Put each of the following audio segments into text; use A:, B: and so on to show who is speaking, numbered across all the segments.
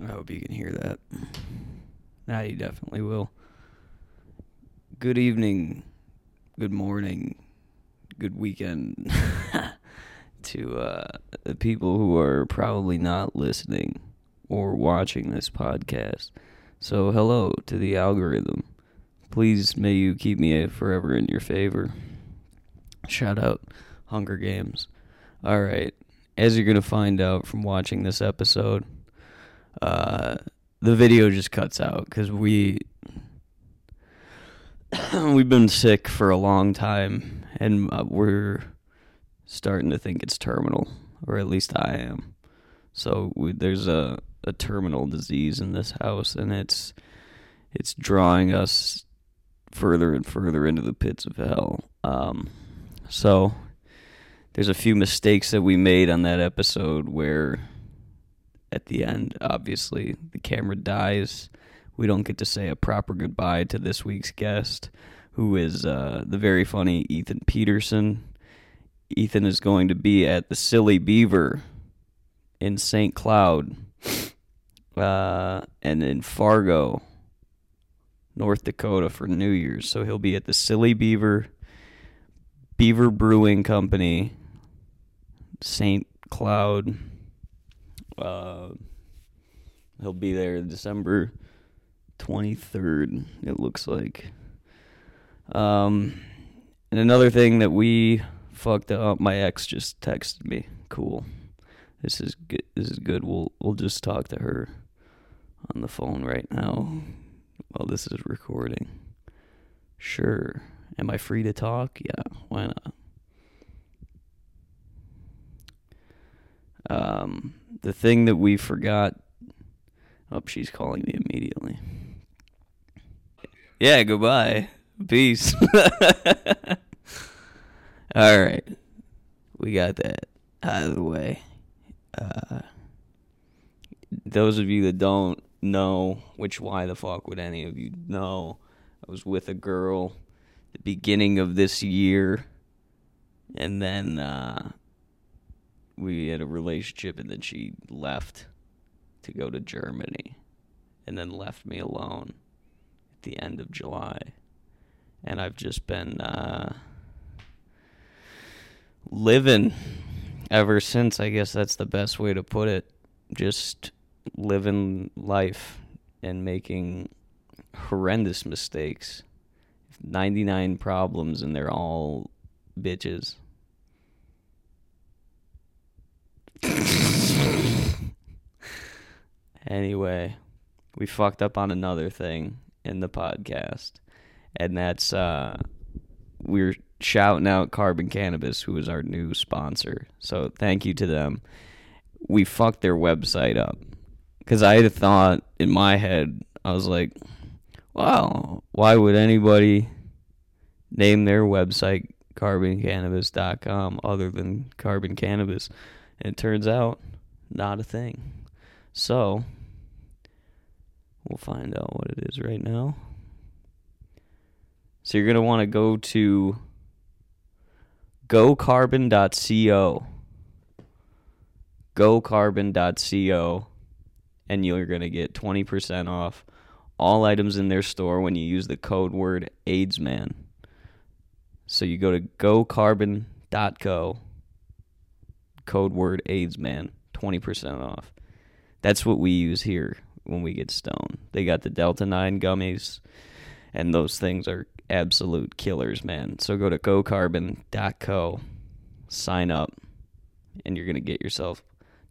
A: I hope you can hear that. Now you definitely will. Good evening, good morning, good weekend to uh, the people who are probably not listening or watching this podcast. So, hello to the algorithm. Please may you keep me forever in your favor. Shout out Hunger Games. All right. As you're going to find out from watching this episode, uh, the video just cuts out because we we've been sick for a long time and uh, we're starting to think it's terminal or at least i am so we, there's a, a terminal disease in this house and it's it's drawing us further and further into the pits of hell um, so there's a few mistakes that we made on that episode where at the end, obviously. The camera dies. We don't get to say a proper goodbye to this week's guest, who is uh, the very funny Ethan Peterson. Ethan is going to be at the Silly Beaver in St. Cloud uh, and in Fargo, North Dakota for New Year's. So he'll be at the Silly Beaver, Beaver Brewing Company, St. Cloud uh, he'll be there December 23rd, it looks like. Um, and another thing that we fucked up, my ex just texted me. Cool. This is good. This is good. We'll we'll just talk to her on the phone right now while this is recording. Sure. Am I free to talk? Yeah. Why not? Um, the thing that we forgot. Oh, she's calling me immediately. Yeah, goodbye. Peace. All right. We got that out of the way. Uh, those of you that don't know, which why the fuck would any of you know? I was with a girl the beginning of this year, and then. Uh, we had a relationship and then she left to go to Germany and then left me alone at the end of July. And I've just been uh, living ever since. I guess that's the best way to put it. Just living life and making horrendous mistakes. 99 problems, and they're all bitches. anyway, we fucked up on another thing in the podcast, and that's uh, we're shouting out Carbon Cannabis, who is our new sponsor. So thank you to them. We fucked their website up because I had thought in my head, I was like, wow, why would anybody name their website carboncannabis.com other than Carbon Cannabis? And it turns out, not a thing. So, we'll find out what it is right now. So, you're going to want to go to gocarbon.co. Gocarbon.co. And you're going to get 20% off all items in their store when you use the code word AIDSMAN. So, you go to gocarbon.co code word AIDS man, 20% off. That's what we use here when we get stoned. They got the Delta 9 gummies, and those things are absolute killers, man. So go to gocarbon.co, sign up, and you're going to get yourself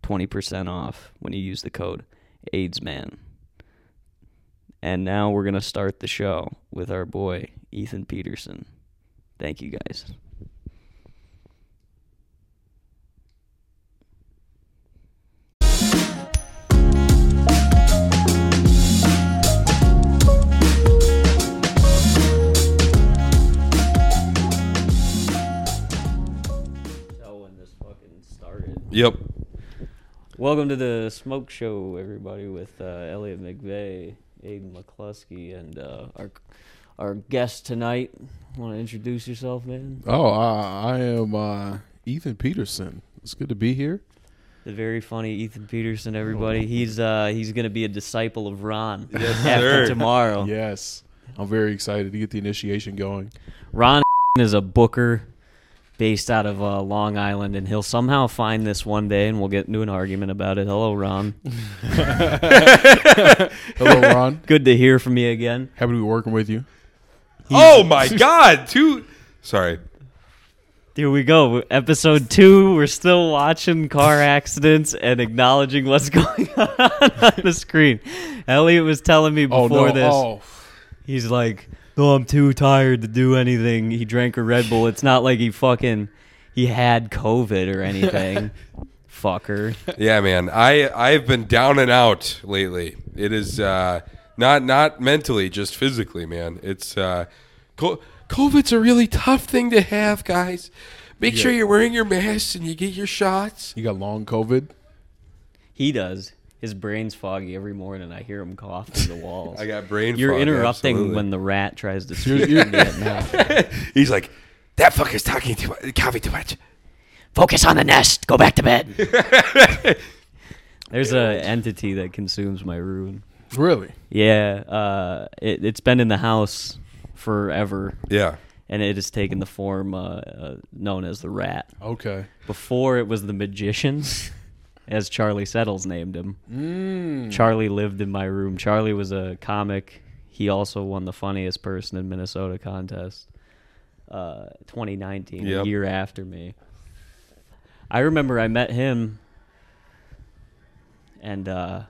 A: 20% off when you use the code AIDS man. And now we're going to start the show with our boy, Ethan Peterson. Thank you guys. tell when this fucking started.
B: Yep.
A: Welcome to the Smoke Show, everybody, with uh, Elliot McVeigh, Aiden McCluskey, and uh, our our guest tonight. Want to introduce yourself, man?
B: Oh, I, I am uh, Ethan Peterson. It's good to be here.
A: The very funny Ethan Peterson, everybody. He's uh he's gonna be a disciple of Ron
C: Oh. Yes,
A: after
C: sir.
A: tomorrow.
C: Yes. I'm very excited to get the initiation going.
A: Ron is a booker based out of uh, Long Island, and he'll somehow find this one day, and we'll get into an argument about it. Hello, Ron.
C: Hello, Ron.
A: Good to hear from you again.
C: Happy to be working with you.
B: oh my God! Two. Sorry.
A: Here we go. Episode two. We're still watching car accidents and acknowledging what's going on on the screen. Elliot was telling me
C: Oh,
A: before
C: no.
A: this.
C: Oh.
A: He's like, no, I'm too tired to do anything. He drank a Red Bull. It's not like he fucking he had COVID or anything. Fucker.
B: Yeah, man. I I've been down and out lately. It is uh, not not mentally, just physically, man. It's uh, co- COVID's a really tough thing to have, guys. Make sure you're wearing your masks and you get your shots.
C: You got long COVID?
A: He does. His brain's foggy every morning. I hear him cough through the walls.
B: I got brain.
A: You're
B: fog,
A: interrupting
B: absolutely.
A: when the rat tries to
C: You're,
A: speak.
C: you're now.
B: he's like, "That fucker's talking too much, coffee too much."
A: Focus on the nest. Go back to bed. There's a entity that consumes my room.
C: Really?
A: Yeah, uh, it, it's been in the house forever,
B: Yeah.
A: and it has taken the form uh, uh, known as the rat.
C: Okay.
A: Before it was the magician, as Charlie Settles named him. Charlie lived in my room. Charlie was a comic. He also won the funniest person in Minnesota contest, uh, 2019,
B: Yep.
A: a year after me. I remember I met him, and uh,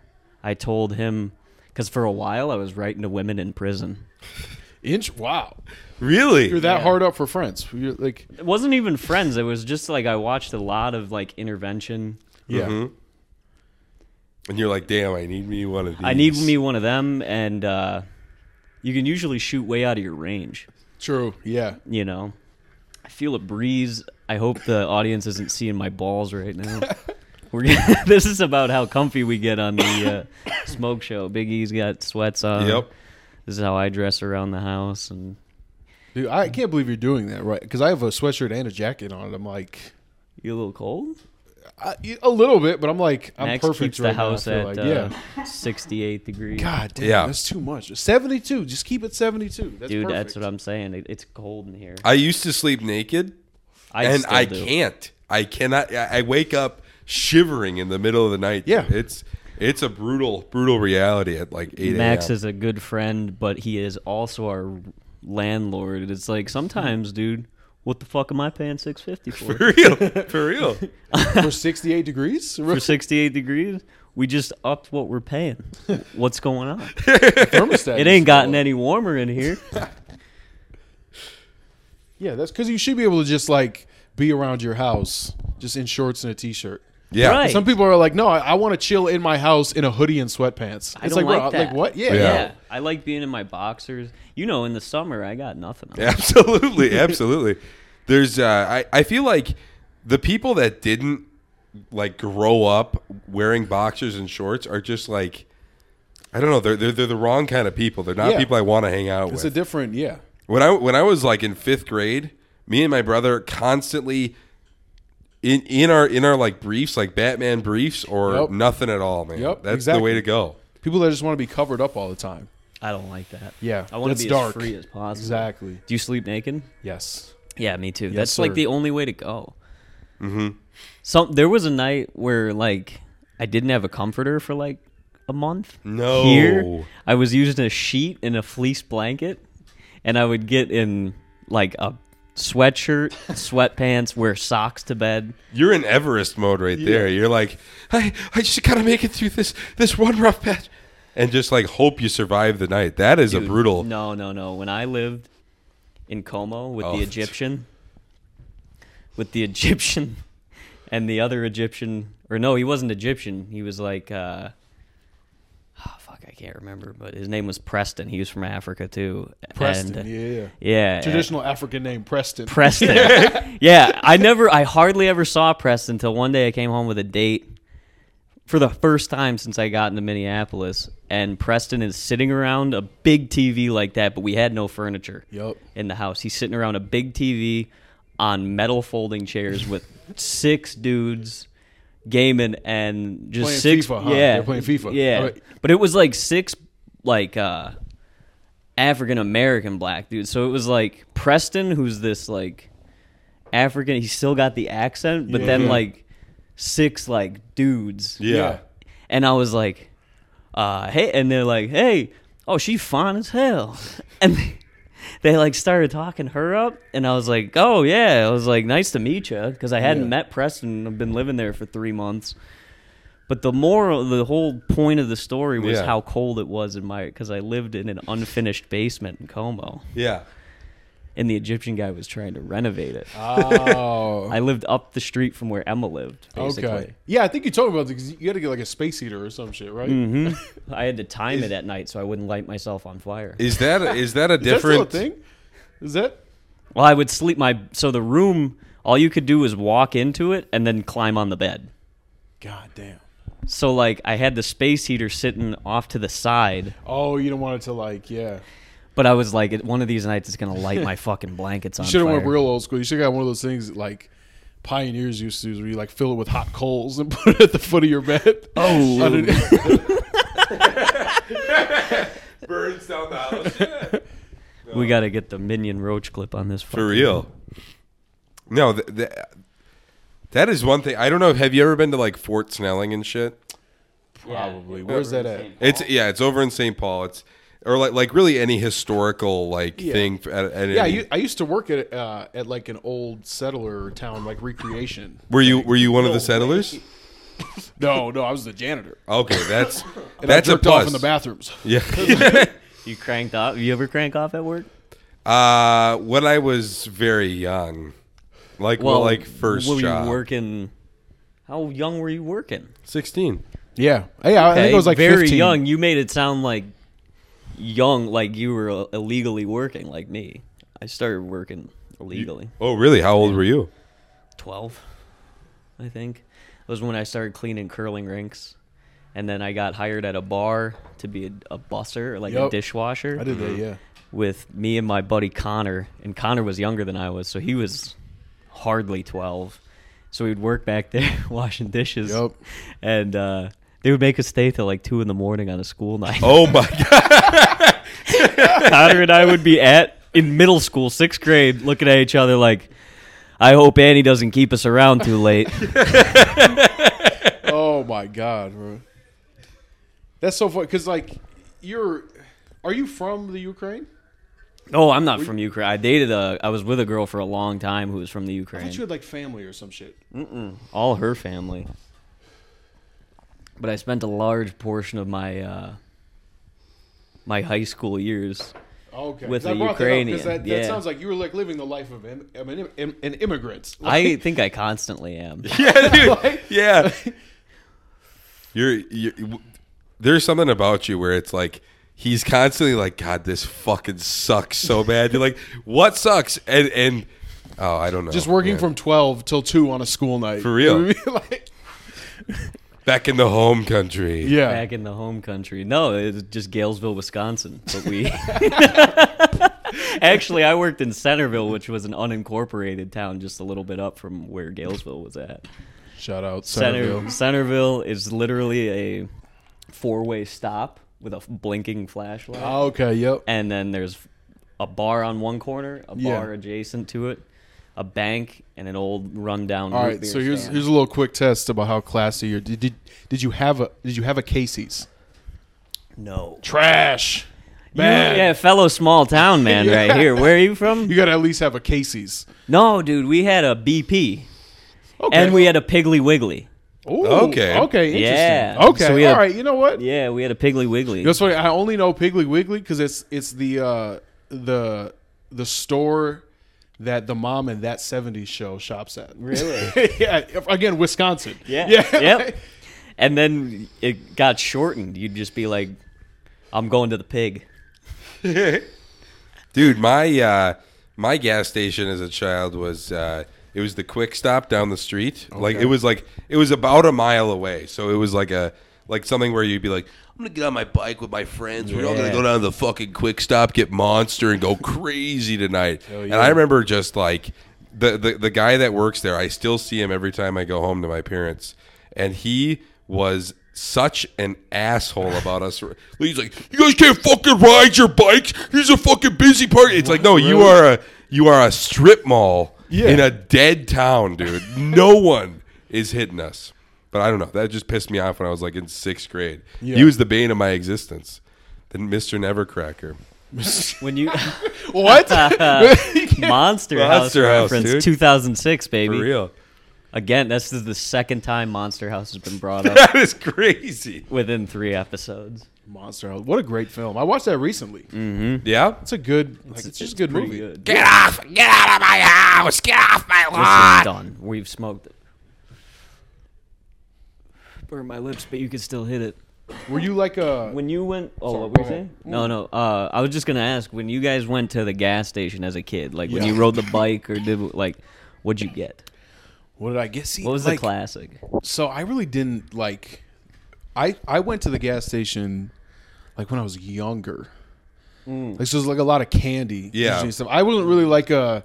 A: I told him because for a while I was writing to women in prison.
C: Inch? Wow.
B: Really?
C: You're that
A: Yeah.
C: hard up for friends. You're like,
A: It wasn't even friends. It was just like I watched a lot of like intervention
C: yeah.
A: Mm-hmm.
B: and you're like, "Damn, I need me one of these."
A: I need me one of them, and uh, you can usually shoot way out of your range.
C: True. Yeah.
A: You know, I feel a breeze. I hope the audience isn't seeing my balls right now. We're gonna, this is about how comfy we get on the uh, smoke show. Big E's got sweats on.
B: Yep.
A: This is how I dress around the house, and
C: Dude, I can't believe you're doing that, right? Because I have a sweatshirt and a jacket on. I'm like,
A: you a little cold.
C: I, a little bit, but I'm like, I'm
A: Max
C: perfect
A: keeps
C: right
A: the house
C: now. I feel
A: at
C: like.
A: uh,
C: yeah.
A: 68 degrees.
C: God damn,
B: Yeah.
C: that's too much. 72. Just keep it 72. That's
A: Dude,
C: perfect.
A: that's what I'm saying. It, it's cold in here.
B: I used to sleep naked.
A: I
B: and
A: still
B: I
A: do.
B: can't. I cannot. I I wake up shivering in the middle of the night.
C: Yeah.
B: it's it's a brutal, brutal reality at like eight a.m.
A: Max is a good friend, but he is also our landlord. It's like sometimes, dude, what the fuck am I paying six fifty for?
B: for real, for real.
C: For 68 degrees?
A: for sixty eight degrees, we just upped what we're paying. What's going on?
C: Thermostat
A: It
C: is
A: ain't gotten
C: low.
A: any warmer in here.
C: Yeah, that's because you should be able to just like be around your house just in shorts and a t shirt.
B: Yeah,
A: Right.
C: Some people are like, no, I, I want to chill in my house in a hoodie and sweatpants.
A: I
C: it's
A: don't
C: like,
A: like
C: bro,
A: that.
C: like what? Yeah.
B: Yeah.
A: I like being in my boxers. You know, in the summer, I got nothing. on.
B: absolutely, absolutely. There's. Uh, I I feel like the people that didn't like grow up wearing boxers and shorts are just like. I don't know. They're, they're, they're the wrong kind of people. They're not
C: Yeah.
B: people I want to hang out
C: It's
B: with.
C: a different, yeah.
B: When I when I was like in fifth grade, me and my brother constantly in in our in our like briefs, like Batman briefs or
C: Yep.
B: nothing at all, man.
C: Yep,
B: That's the
C: exactly.
B: way to go.
C: People that just want to be covered up all the time.
A: I don't like that.
C: Yeah,
A: I want
C: that's
A: to be
C: dark.
A: as free as possible.
C: Exactly.
A: Do you sleep naked?
C: Yes.
A: Yeah, me too. That's
C: sir.
A: like the only way to go. Mm-hmm. Some there was a night where like I didn't have a comforter for like a month.
B: No.
A: here I was using a sheet and a fleece blanket, and I would get in like a sweatshirt, sweatpants, wear socks to bed.
B: You're in Everest mode right there. You're like, I I just gotta make it through this this one rough patch, and just like hope you survive the night. That is a brutal.
A: No, no, no. When I lived in Como with
B: Oh.
A: the Egyptian, with the Egyptian and the other Egyptian, or no, he wasn't Egyptian. He was like, uh, oh, fuck, I can't remember, but his name was Preston. He was from Africa too.
C: Preston.
A: And-
C: yeah, yeah, yeah.
A: yeah.
C: Traditional African name, Preston.
A: Preston. yeah, I never, I hardly ever saw Preston until one day I came home with a date for the first time since I got into Minneapolis, and Preston is sitting around a big TV like that, but we had no furniture
C: Yup.
A: in the house. He's sitting around a big TV on metal folding chairs with six dudes gaming and just
C: Playing
A: six.
C: FIFA, huh?
A: Yeah,
C: They're playing FIFA.
A: Yeah,
C: Alright.
A: but it was like six like uh, African American black dudes. So it was like Preston, who's this like African. He still got the accent, but then
C: Yeah.
A: like six like dudes.
B: Yeah.
A: And I was like, uh, hey, and they're like, hey, oh, she fine as hell. And they, they like started talking her up. And I was like, oh, yeah. I was like, nice to meet you. Cause I hadn't
C: Yeah.
A: met Preston. I've been living there for three months. But the moral, the whole point of the story was
B: Yeah.
A: how cold it was in my, cause I lived in an unfinished basement in Como.
B: Yeah.
A: And the Egyptian guy was trying to renovate it.
C: Ah. Oh.
A: I lived up the street from where Emma lived, basically.
C: Okay. Yeah, I think you told me about it because you had to get like a space heater or some shit, right?
A: I had to time it at night so I wouldn't light myself on fire.
B: Is that is that a
C: Is that still a
B: different
C: thing? Is that?
A: Well, I would sleep my so the room. All you could do was walk into it and then climb on the bed.
C: God damn.
A: So like I had the space heater sitting off to the side,
C: Oh, you don't want it to like, yeah.
A: but I was like, "At one of these nights it's gonna light my fucking blankets on
C: You should have
A: fire.
C: went real old school. You should have got one of those things that, like pioneers used to do, where you like fill it with hot coals and put it at the foot of your bed.
A: Oh.
C: Underneath-
B: burns down the house?
A: we got to get the minion roach clip on this
B: For real. No, th- th- that is one thing. I don't know. Have you ever been to like Fort Snelling and shit?
C: Probably. Where's that at?
B: It's yeah, it's over in St. Paul. It's or like like really any historical like
C: Yeah.
B: thing. f- At, at
C: yeah, I
B: any-
C: u- I used to work at uh, at like an old settler town, like recreation.
B: were you were you one of the settlers?
C: No, no, I was the janitor.
B: Okay, that's
C: And
B: that's
C: I
B: a
C: jerked
B: plus.
C: off in the bathrooms.
B: Yeah.
A: You cranked off? You ever crank off at work?
B: uh, when I was very young, like well, like first
A: Were
B: job,
A: you working? How young were you working?
B: sixteen.
C: Yeah, yeah, I think
A: Okay,
C: it was like
A: very
C: 15.
A: young. You made it sound like young, like you were uh, illegally working, like me. I started working illegally.
B: Oh, really? How old were you?
A: 12 i think was when i started cleaning curling rinks and then i got hired at a bar to be a, a busser or like a
C: Yup.
A: dishwasher
C: I did that. Yeah,
A: with me and my buddy connor and connor was younger than i was so he was hardly 12 so we'd work back there washing dishes
C: Yup.
A: and uh, they would make us stay till like 2 in the morning on a school night
B: Oh my god!
A: Connor and I would be at in middle school, sixth grade, looking at each other like, I hope Annie doesn't keep us around too late.
C: oh my god, bro. That's so funny because like you're, are you from the Ukraine?
A: oh, I'm not from Ukraine. I dated a, I was with a girl for a long time who was from the
C: I thought you
A: Ukraine.
C: had like family or some shit.
A: All her family. But I spent a large portion of my, uh, my high school years.
C: Okay,
A: With
C: 'Cause I
A: a
C: brought
A: Ukrainian,
C: That, up 'cause that, that
A: yeah.
C: sounds like you were like living the life of an, of an, im- an immigrant.
A: I think I constantly am.
B: Yeah, dude. Yeah. You're, you're w- there's something about you where it's like he's constantly like, God, this fucking sucks so bad. You're like, what sucks? And and oh, I don't know.
C: just working
B: man.
C: from twelve till two on a school night
B: For real.
C: You know what I mean? Like-
B: back in the home country.
C: yeah,
A: Back in the home country. No, it's just Galesville, Wisconsin. But we actually, I worked in Centerville, which was an unincorporated town just a little bit up from where Galesville was at.
C: shout out
A: Center,
C: Centerville.
A: Centerville is literally a four-way stop with a blinking flashlight,
C: Oh, okay, yep.
A: and then there's a bar on one corner, a
C: Yeah.
A: bar adjacent to it, a bank, and an old rundown.
C: All
A: root
C: right,
A: beer
C: so here's
A: stand.
C: here's a little quick test about how classy you're. Did, did did you have a did you have a Casey's?
A: no.
C: Trash,
A: You-
C: man.
A: yeah, fellow small town man, right here. Where are you from?
C: You gotta at least have a Casey's.
A: No, dude, we had a BP
C: Okay.
A: and we had a Piggly Wiggly.
C: Ooh,
B: Okay.
C: Okay. Interesting.
A: Yeah.
C: Okay.
A: So we
C: all
A: had-
C: right. You know what? You
A: Yeah, we had a Piggly Wiggly.
C: know what's funny? I only know Piggly Wiggly because it's it's the uh, the the store that the mom in that '70s show shops at.
A: Really?
C: yeah. Again, Wisconsin.
A: yeah.
C: Yeah.
A: Yep. And then it got shortened. You'd just be like, "I'm going to the pig."
B: Dude, my uh, my gas station as a child was uh, it was the quick stop down the street. Like it was like it was about a mile away, so it was like a like something where you'd be like, I'm gonna get on my bike with my friends. We're all gonna
A: Yeah.
B: go down to the fucking quick stop, get monster, and go crazy tonight. And
C: yeah.
B: I remember just like the, the the guy that works there. I still see him every time I go home to my parents. and he was such an asshole about us. He's like, "You guys can't fucking ride your bikes. Here's a fucking busy party." It's like, no, you are a you are a strip mall
C: Yeah.
B: in a dead town, dude. No one is hitting us. But I don't know. That just pissed me off when I was like in sixth grade.
C: Yeah.
B: He was the bane of my existence. Then Mr. Nevercracker.
A: When you
C: What?
A: Monster, House,
B: Monster House,
A: reference
B: dude.
A: 2006,
B: For
A: baby.
B: real.
A: Again, this is the second time Monster House has been brought up
B: That is crazy.
A: within three episodes.
C: Monster House. What a great film. I watched that recently.
A: Mm.
B: Yeah?
C: It's a good. Like, it's, just a good movie.
A: Get
B: off! Get out of my house! Get off my
A: This is done. We've smoked it. Burn my lips, but you can still hit it.
C: Were you like uh, a?
A: When you went, oh,
C: Sorry,
A: what were
C: go
A: you
C: ahead.
A: saying? No, no. Uh, I was just gonna ask when you guys went to the gas station as a kid, like when
C: Yeah.
A: you rode the bike or did like, what'd you get?
C: what did I get? See,
A: What was
C: like,
A: the classic?
C: So I really didn't like. I I went to the gas station, like when I was younger. Like so, there's like a lot of candy.
B: Mm. Yeah.
C: usually Stuff. I wasn't really like a.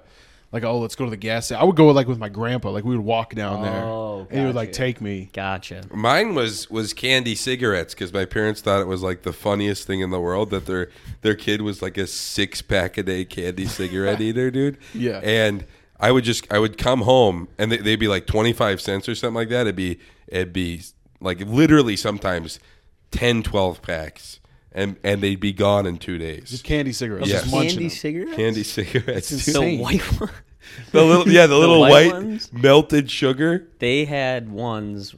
C: Like oh let's go to the gas station. I would go like with my grandpa. Like we would walk down there,
A: Oh,
C: and he would like
A: gotcha.
C: take me.
A: Gotcha.
B: Mine was was candy cigarettes because my parents thought it was like the funniest thing in the world that their their kid was like a six pack a day candy cigarette eater, dude.
C: Yeah.
B: And I would just I would come home and they, they'd be like twenty five cents or something like that. It'd be it'd be like literally sometimes 10, 12 packs and and they'd be gone in two days.
C: Candy cigarettes.
B: Yes.
C: Just munching
A: Candy
C: them.
A: cigarette.
B: Candy cigarettes. dude.
A: The
C: Insane.
A: white one.
B: The little yeah, the little
A: white
B: white,
A: ones?
B: melted sugar.
A: They had ones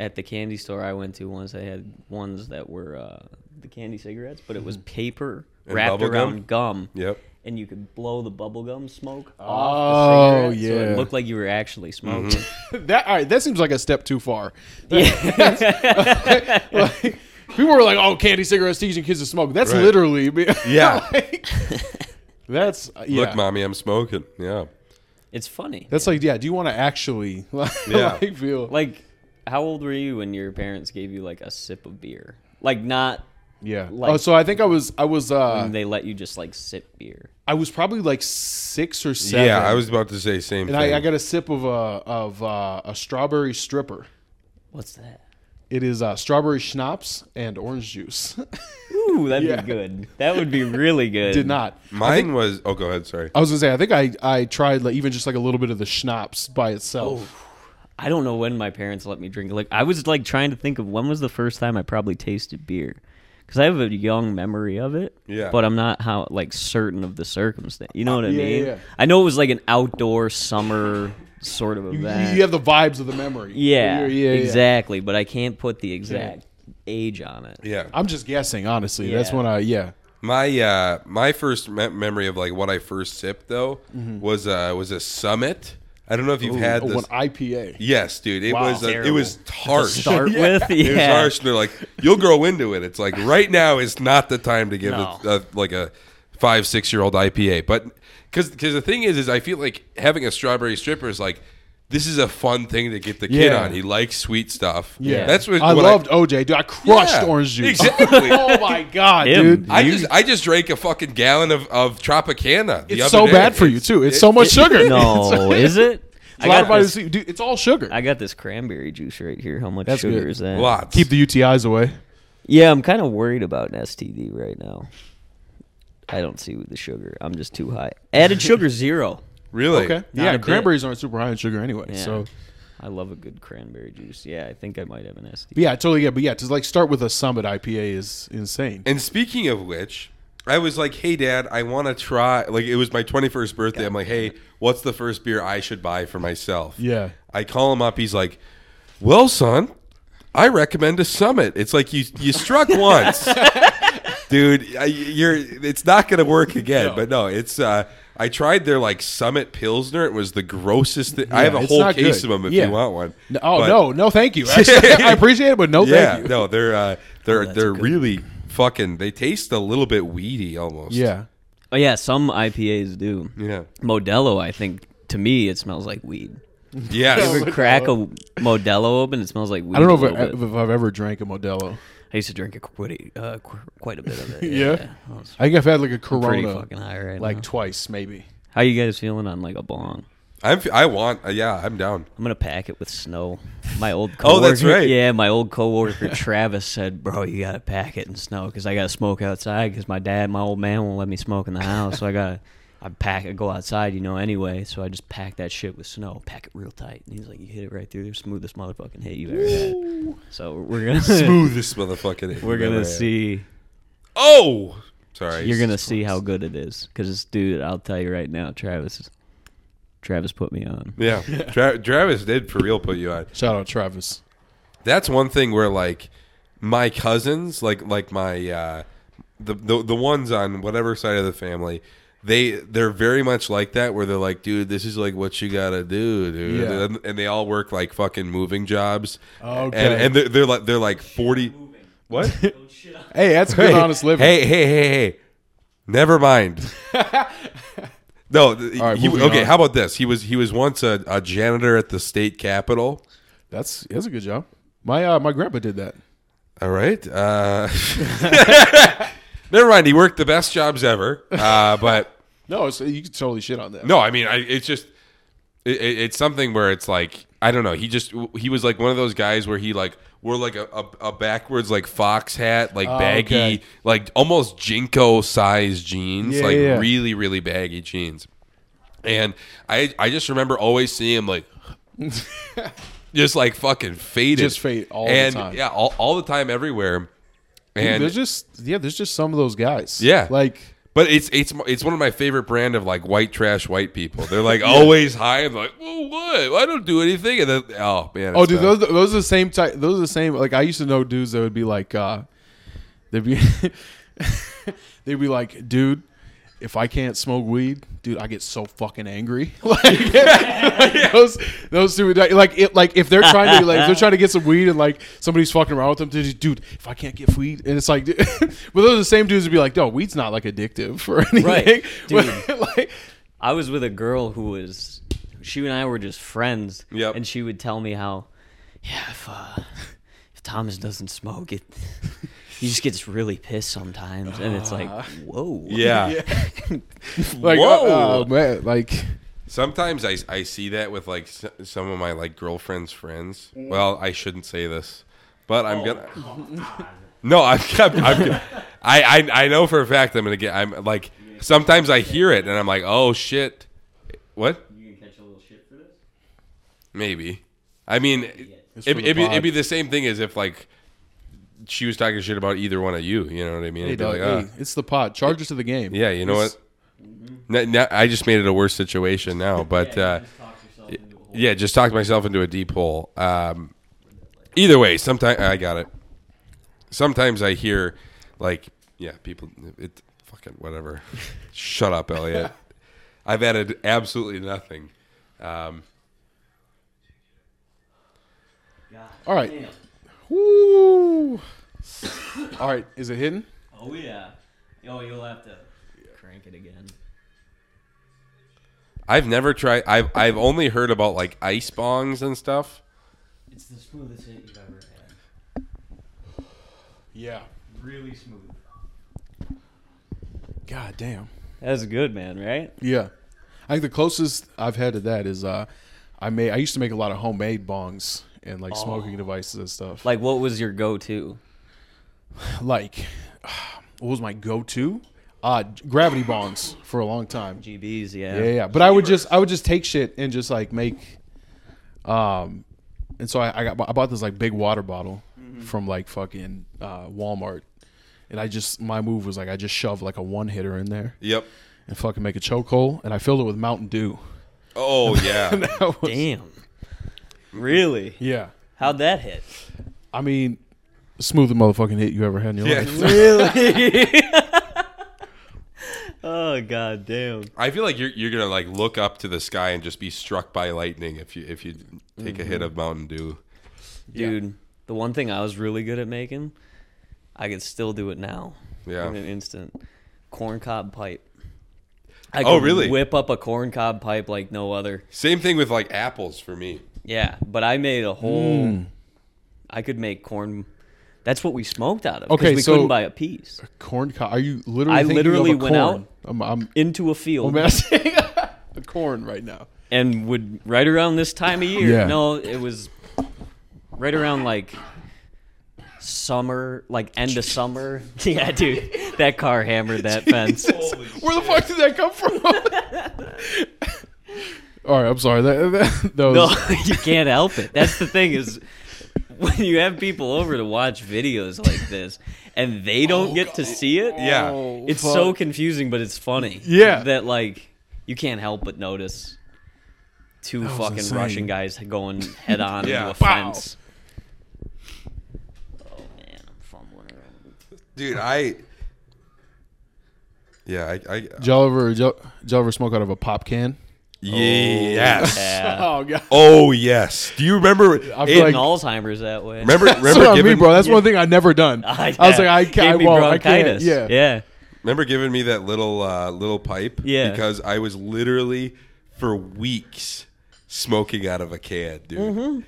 A: at the candy store I went to once. They had ones that were uh, the candy cigarettes, but it
C: Mm-hmm.
A: was paper
B: And
A: wrapped
B: bubble
A: around gum.
B: Yep.
A: And you could blow the bubblegum smoke
C: Oh,
A: off the cigarette, so
C: yeah. Mm-hmm.
A: it looked like you were actually smoking.
C: That all right, that seems like a step too far.
A: Yeah.
C: Like, people were like, "Oh, candy cigarettes teaching kids to smoke." That's
B: Right.
C: literally
B: Yeah.
C: like, that's uh, yeah.
B: Look, mommy, I'm smoking. Yeah.
A: it's funny.
C: That's like yeah. Do you want to actually like,
B: Yeah.
C: like, feel
A: Like, how old were you when your parents gave you like a sip of beer? Like, not
C: yeah?
A: like-
C: oh, so I think I was I was uh
A: when they let you just like sip beer.
C: I was probably like six or seven.
B: Yeah, I was about to say same
C: and
B: thing.
C: I, I got a sip of a of uh, a strawberry stripper.
A: What's that?
C: It is uh, strawberry schnapps and orange juice.
A: Ooh, that'd
C: Yeah.
A: be good. That would be really good.
C: Did not.
B: Mine was oh, go ahead. Sorry.
C: I was gonna say I think I I tried like even just like a little bit of the schnapps by itself.
A: I don't know when my parents let me drink. Like I was like trying to think of when was the first time I probably tasted beer, because I have a young memory of it.
B: Yeah.
A: But I'm not how like certain of the circumstance. You know what I
C: Yeah, yeah,
A: mean?
C: yeah.
A: I know it was like an outdoor summer sort of
C: You-
A: event.
C: You have the vibes of the memory.
A: yeah,
C: You're- yeah, yeah.
A: exactly. But I can't put the exact age on it.
B: Yeah.
C: I'm just guessing, honestly. That's
A: Yeah.
C: when I yeah.
B: My uh my first me- memory of like what I first sipped though was uh was a summit. I don't know if you've had
C: Mm-hmm. Oh,
B: this.
C: an IPA.
B: yes, dude. It
C: Wow.
B: was a, it
A: Terrible.
B: was
A: To
B: harsh.
A: start with,
B: It was
A: yeah.
B: harsh. And they're like, you'll grow into it. It's like right now is not the time to give
A: No.
B: a, a, like a five six year old IPA. But because because the thing is is I feel like having a strawberry stripper is like. This is a fun thing to get the kid
C: Yeah.
B: on. He likes sweet stuff.
A: Yeah.
B: that's what
C: I
B: what
C: loved OJ, dude. I crushed
B: Yeah,
C: orange juice.
B: exactly.
C: oh my god,
A: Him.
C: dude.
B: I just I just drank a fucking gallon of, of Tropicana. the
C: It's
B: other
C: so
B: day.
C: bad for you
B: It's-
C: too. It's
B: it-
C: so much sugar.
A: No, is it?
C: It's a lot of
A: got
C: this,
A: this,
C: dude, it's all sugar.
A: I got this cranberry juice right here. How much
C: That's
A: sugar
C: good.
A: is that?
B: Lots.
C: Keep the UTIs away.
A: Yeah, I'm kind of worried about an STD right now. I don't see the sugar. I'm just too high. Added sugar zero.
B: really
C: Okay.
A: Not
C: yeah,
A: a bit.
C: cranberries aren't super high in sugar anyway.
A: Yeah.
C: So but
A: I love a good cranberry juice. Yeah, I think I might have an STD.
C: yeah, I totally get. But yeah, to like start with a summit IPA is insane.
B: And speaking of which, I was like, "Hey, Dad, I want to try." Like it was my 21st birthday. I'm like, "Hey, what's the first beer I should buy for myself?"
C: Yeah.
B: I call him up. He's like, "Well, son, I recommend a Summit. It's like you you struck once, dude. I, you're it's not gonna work again.
C: No.
B: But no, it's uh, I tried their like Summit Pilsner. It was the grossest. thing. I
C: Yeah,
B: have a
C: it's
B: whole
C: not
B: case of
C: good.
B: them if
C: Yeah.
B: you want one.
C: No, oh
B: But-
C: no, no, thank you. Actually, I appreciate it, but no,
B: yeah,
C: thank you.
B: no, they're uh, they're
A: Oh, that's
B: they're
A: good.
B: really fucking. They taste a little bit weedy almost.
C: Yeah,
A: Oh yeah, some IPAs do.
B: yeah,
A: Modelo, I think to me it smells like weed.
B: yes.
A: Ever crack a Modelo open, it smells like weed.
C: Oh I
A: a
C: don't know if,
A: little
C: I,
A: bit.
C: if I've ever drank a Modelo.
A: I used to drink a quite a, uh, qu- quite a bit of it.
C: Yeah?
A: I was
C: I think I've had like a
A: pretty
C: Corona
A: fucking high right
C: like
A: now.
C: twice, maybe.
A: How you guys feeling on like a bong?
B: I'm, I want. Uh, yeah, I'm down.
A: I'm gonna pack it with snow. My old coworker,
B: Oh, that's right.
A: Yeah, my old coworker Travis said, "Bro, you gotta pack it in snow because I gotta smoke outside because my dad, my old man, won't let me smoke in the house. So I gotta, I pack, I go outside, you know, anyway. So I just pack that shit with snow, pack it real tight. And he's like, "You hit it right through the smoothest motherfucking hit you've ever had." So we're gonna,
B: Smoothest motherfucking.
A: we're gonna see.
B: Oh, sorry.
A: You're gonna see how good it is because, dude, I'll tell you right now, Travis, Travis put me on.
B: Yeah, Tra- Travis did for real put you on.
C: Shout out Travis.
B: that's one thing where like my cousins like like my uh the, the the ones on whatever side of the family they they're very much like that where they're like dude this is like what you gotta do dude
C: Yeah.
B: and, and they all work like fucking moving jobs and
C: Okay.
B: and they're, they're like they're like 40 what hey,
C: Hey, that's good, honest living.
B: hey hey hey hey never mind no th-
C: All right,
B: he,
C: moving
B: okay
C: on.
B: how about this he was he was once a, a janitor at the state capitol
C: that's that's a good job. My uh, my grandpa did that.
B: All right. Uh, never mind. He worked the best jobs ever. Uh, but
C: No, it's, you can totally shit on that.
B: no, I mean, I, it's just it, it, it's something where it's like I don't know. He just he was like one of those guys where he like wore like a, a, a backwards like fox hat, like baggy,
C: Oh, okay.
B: like almost jinko size jeans,
C: Yeah,
B: like
C: yeah, yeah.
B: really really baggy jeans. And I I just remember always seeing him like. Just like fucking faded,
C: Just fade all the
B: and,
C: time.
B: Yeah, all, all the time, everywhere.
C: Dude,
B: And
C: there's just yeah, there's just some of those guys.
B: Yeah.
C: like
B: But it's it's it's one of my favorite brand of like white trash white people. They're like always high and like, well, what? I don't do anything. And then oh man,
C: oh,
B: it's
C: dude,
B: not-
C: those those are the same type. Those are the same. Like I used to know dudes that would be like, uh, they'd be they'd be like, dude. If I can't smoke weed, dude, I get so fucking angry. like, like, those those two would die. like it, like if they're trying to like if they're trying to get some weed and like somebody's fucking around with them, they're just, dude, if I can't get weed, and it's like, dude, but those are the same dudes would be like, no, weed's not like addictive or anything.
A: Right,
C: But, like,
A: I was with a girl who was, she and I were just friends.
B: Yep.
A: And she would tell me how, yeah, if, uh, if Thomas doesn't smoke it, he just gets really pissed sometimes. And it's like, whoa.
B: Uh-huh. yeah.
C: like
B: Whoa.
C: oh, oh, man, like
B: Sometimes I I see that with like s- some of my like girlfriend's friends. Well, I shouldn't say this, but I'm gonna. No, I'm, I'm, I'm I, I I know for a fact I'm gonna get. I'm like sometimes I hear it and I'm like, oh shit, what?
A: You can catch a little shit for this?
B: Maybe. I mean, it,
C: for
B: it,
C: the
B: would be,
C: pod.
B: it'd be the same thing as if like she was talking shit about either one of you. You know what I mean?
C: Hey,
B: It'd be
C: dog,
B: like, ah,
C: hey, it's the pod. Charge us to the game.
B: yeah, you know what? Now, now- I just made it a worse situation now, but uh, yeah, just talked myself into a deep hole. Um, either way, sometimes I got it. Sometimes I hear like, yeah, people, it fucking whatever. Shut up, Elliot. I've added absolutely nothing. Um,
C: All right. Woo. All right. Is it hidden?
A: Oh, yeah. Oh, you'll have to crank it again.
B: I've never tried. I've I've only heard about like ice bongs and stuff.
A: It's the smoothest hit you've ever had.
C: Yeah.
A: Really smooth.
C: God damn.
A: That's good, man, right?
C: Yeah. I think the closest I've had to that is uh, I made. I used to make a lot of homemade bongs and like smoking devices and stuff.
A: Like, what was your go to?
C: Like, what was my go-to? Uh, gravity bongs for a long time.
A: GBs,
C: Yeah, yeah. But I would just I would just take shit and just like make, um, and so I, I got I bought this like big water bottle from like fucking uh, Walmart, and I just my move was like I just shoved like a one hitter in there
B: Yep.
C: and fucking make a chokehold, and I filled it with Mountain Dew.
B: Oh yeah.
C: That was-
A: Damn. Really?
C: yeah,
A: How'd that hit?
C: I mean, smoothest motherfucking hit you ever had in your life.
B: yeah.
A: Really? oh god damn.
B: I feel like you're you're gonna like look up to the sky and just be struck by lightning if you if you take a hit of Mountain Dew.
A: Dude, the one thing I was really good at making, I could still do it now.
B: Yeah.
A: In an instant. Corn cob pipe. I
B: Oh,
A: could
B: really?
A: Whip up a corn cob pipe like no other.
B: Same thing with like apples for me.
A: Yeah. But I made a whole
C: Hmm.
A: I could make corn that's what we smoked out of. 'cause
C: Okay,
A: we
C: so-
A: couldn't buy a piece.
C: Corn cob? Are you literally?
A: I
C: thinking of a
A: literally went
C: corn?
A: out-
C: I'm, I'm
A: Into a field.
C: messing a corn right now.
A: and would right around this time of year.
C: Yeah.
A: No, it was right around like summer, like end of summer. Yeah, dude, that car hammered that fence.
C: Where the fuck did that come from? All right, I'm sorry. That, that, that
A: No,
C: was,
A: you can't help it. That's the thing is when you have people over to watch videos like this and they don't get to see it.
B: Yeah.
A: It's so confusing, but it's funny.
C: Yeah.
A: That like you can't help but notice two
C: was
A: fucking
C: insane.
A: Russian guys going head on
B: Yeah.
A: into a fence. Oh man, I'm fumbling around.
B: dude. I. Yeah, I. I
C: Y'all ever, y'all, y'all ever smoke out of a pop can?
B: yes.
A: Yeah.
C: Oh god.
B: Oh yes. Do you remember?
C: I
B: it-
C: feel
A: And
C: like-
A: Alzheimer's that way.
B: remember.
C: That's
B: Remember
C: what I
B: giving
C: mean, bro. That's one thing I never done. I, was like, I,
A: Gave
C: can't, I
A: me
C: won't. I can't.
A: bronchitis.
C: Yeah.
A: Yeah.
B: Remember giving me that little uh, little pipe?
A: Yeah.
B: Because I was literally for weeks smoking out of a can, dude.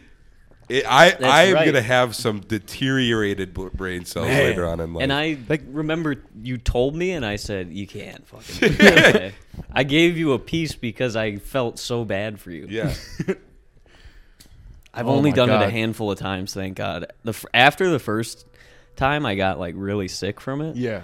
B: It, I I am
A: Mm-hmm. right.
B: gonna have some deteriorated bl- brain cells later on in life.
A: And I
C: Like-
A: remember you told me, and I said you can't fucking. Do it that way." I gave you a piece because I felt so bad for you.
B: yeah.
A: I've
C: Oh
A: only
C: my
A: done it a
C: God.
A: handful of times. Thank God. The f- after the first time, I got like really sick from it,
C: Yeah.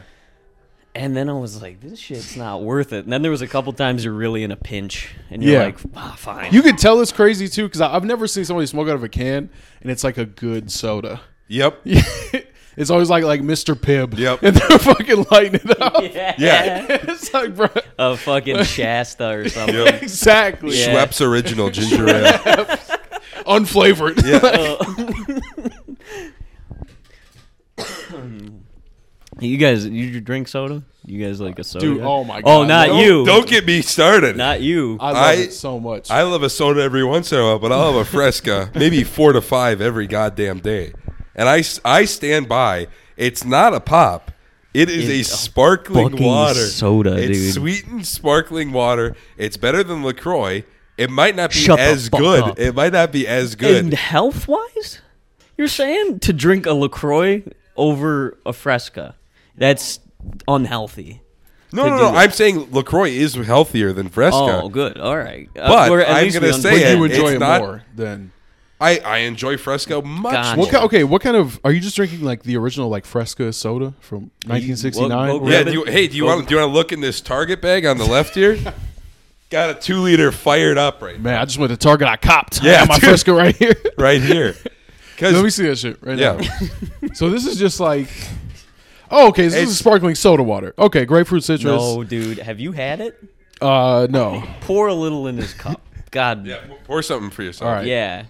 A: and then I was like, this shit's not worth it. And then there was a couple times you're really in a pinch, and you're
C: Yeah.
A: like, ah, fine.
C: You could tell it's crazy too because I've never seen somebody smoke out of a can and it's like a good soda.
B: Yep.
C: it's always like like Mr. Pibb.
B: Yep.
C: And they're fucking lighting it up.
A: yeah.
B: Yeah.
C: it's like, bro.
A: A fucking Shasta or something.
B: Yep.
C: Exactly.
A: Yeah.
B: Schweppes original ginger ale.
C: Unflavored.
A: You guys, you drink soda? You guys like a soda?
C: Dude,
A: guy?
C: oh my
A: Oh,
C: God.
A: not
C: Don't-
A: you.
B: Don't get me started.
A: Not you.
C: I love
B: I-
C: it so much.
B: I love a soda every once in a while, but I'll have a Fresca maybe four to five every goddamn day. And I, s- I stand by. It's not a pop. It is
A: It's
B: a
A: a
B: sparkling
A: fucking
B: water
A: soda,
B: It's
A: dude.
B: sweetened sparkling water. It's better than Lacroix. It might not be
A: Shut the
B: as
A: fuck
B: good.
A: up.
B: It might not be as
A: and
B: good.
A: health wise, you're saying to drink a Lacroix over a Fresca, that's unhealthy.
B: No, no,
A: do
B: no.
A: it.
B: I'm saying Lacroix is healthier than Fresca.
A: Oh, good. All right. Uh,
B: But
A: we're- at
B: I'm
A: least we
B: gonna
A: un-
B: say
C: you
B: it.
C: enjoy
B: it's
C: it
B: not-
C: more than.
B: I, I enjoy Fresco much
A: Gotcha.
B: more.
C: What kind, okay, what kind of are you just drinking like the original like Fresca soda from 1969?
A: what- what-
B: Yeah.
A: Ribbon?
B: Do you, hey, do you want do you want to look in this Target bag on the left here? Got a two liter fired up right
C: Man, I just went to Target. I copped.
B: Yeah,
C: Yeah, my
B: dude.
C: Fresca right here.
B: right here.
C: Let me
B: Because
C: see that shit right
B: yeah,
C: now. So this is just like, oh, okay, so this
B: It's-
C: is sparkling soda water. Okay, grapefruit citrus.
A: No, dude. Have you had it?
C: uh, no.
A: Pour a little in this cup. God.
B: yeah, pour something for yourself.
C: All right.
A: yeah.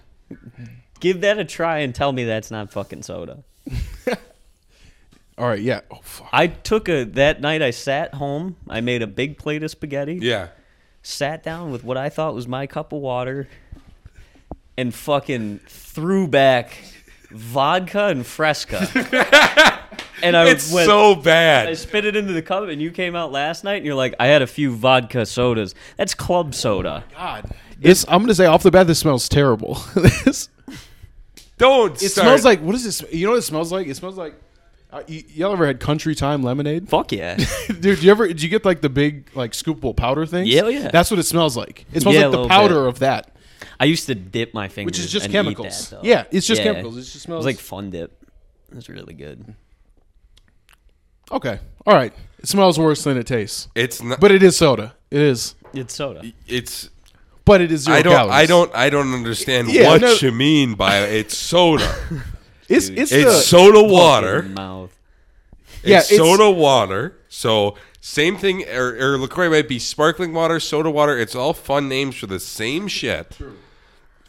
A: Give that a try and tell me that's not fucking soda.
C: All right, yeah. Oh fuck.
A: I took a that night I sat home, I made a big plate of spaghetti,
B: Yeah.
A: sat down with what I thought was my cup of water and fucking threw back vodka and fresca. and I
B: It's
A: went
B: so
A: I
B: bad.
A: spit it into the cup and you came out last night and you're like, I had a few vodka sodas. That's club soda.
C: God. This I'm gonna say off the bat, this smells terrible. this
B: Don't.
C: it
B: start.
C: smells like what is this? You know what it smells like? It smells like uh, y- y'all ever had country time lemonade?
A: Fuck yeah.
C: Dude, do you ever? Did you get like the big like scoopable powder things?
A: Yeah, oh, yeah.
C: That's what it smells like. It smells
A: Yeah, a
C: like the
A: little
C: powder
A: bit.
C: of that,
A: I used to dip my fingers.
C: which is just
A: and eat
C: chemicals.
A: that, though.
C: yeah, it's just
A: Yeah.
C: chemicals. It just
A: It
C: smells
A: was like fun dip. It was really good.
C: okay. All right, it smells worse than it tastes,
B: it's not.
C: but it is soda. It is,
A: It's soda.
B: it's.
C: but it is zero
B: I don't.
C: calories.
B: I don't. I don't understand
C: Yeah,
B: what
C: no-
B: you mean by it's soda.
C: It's it's,
B: it's
C: the,
B: soda water.
A: Fucking Mouth.
C: yeah.
B: it's, soda water. So same thing. Or, or Lacroix might be sparkling water, soda water. It's all fun names for the same shit.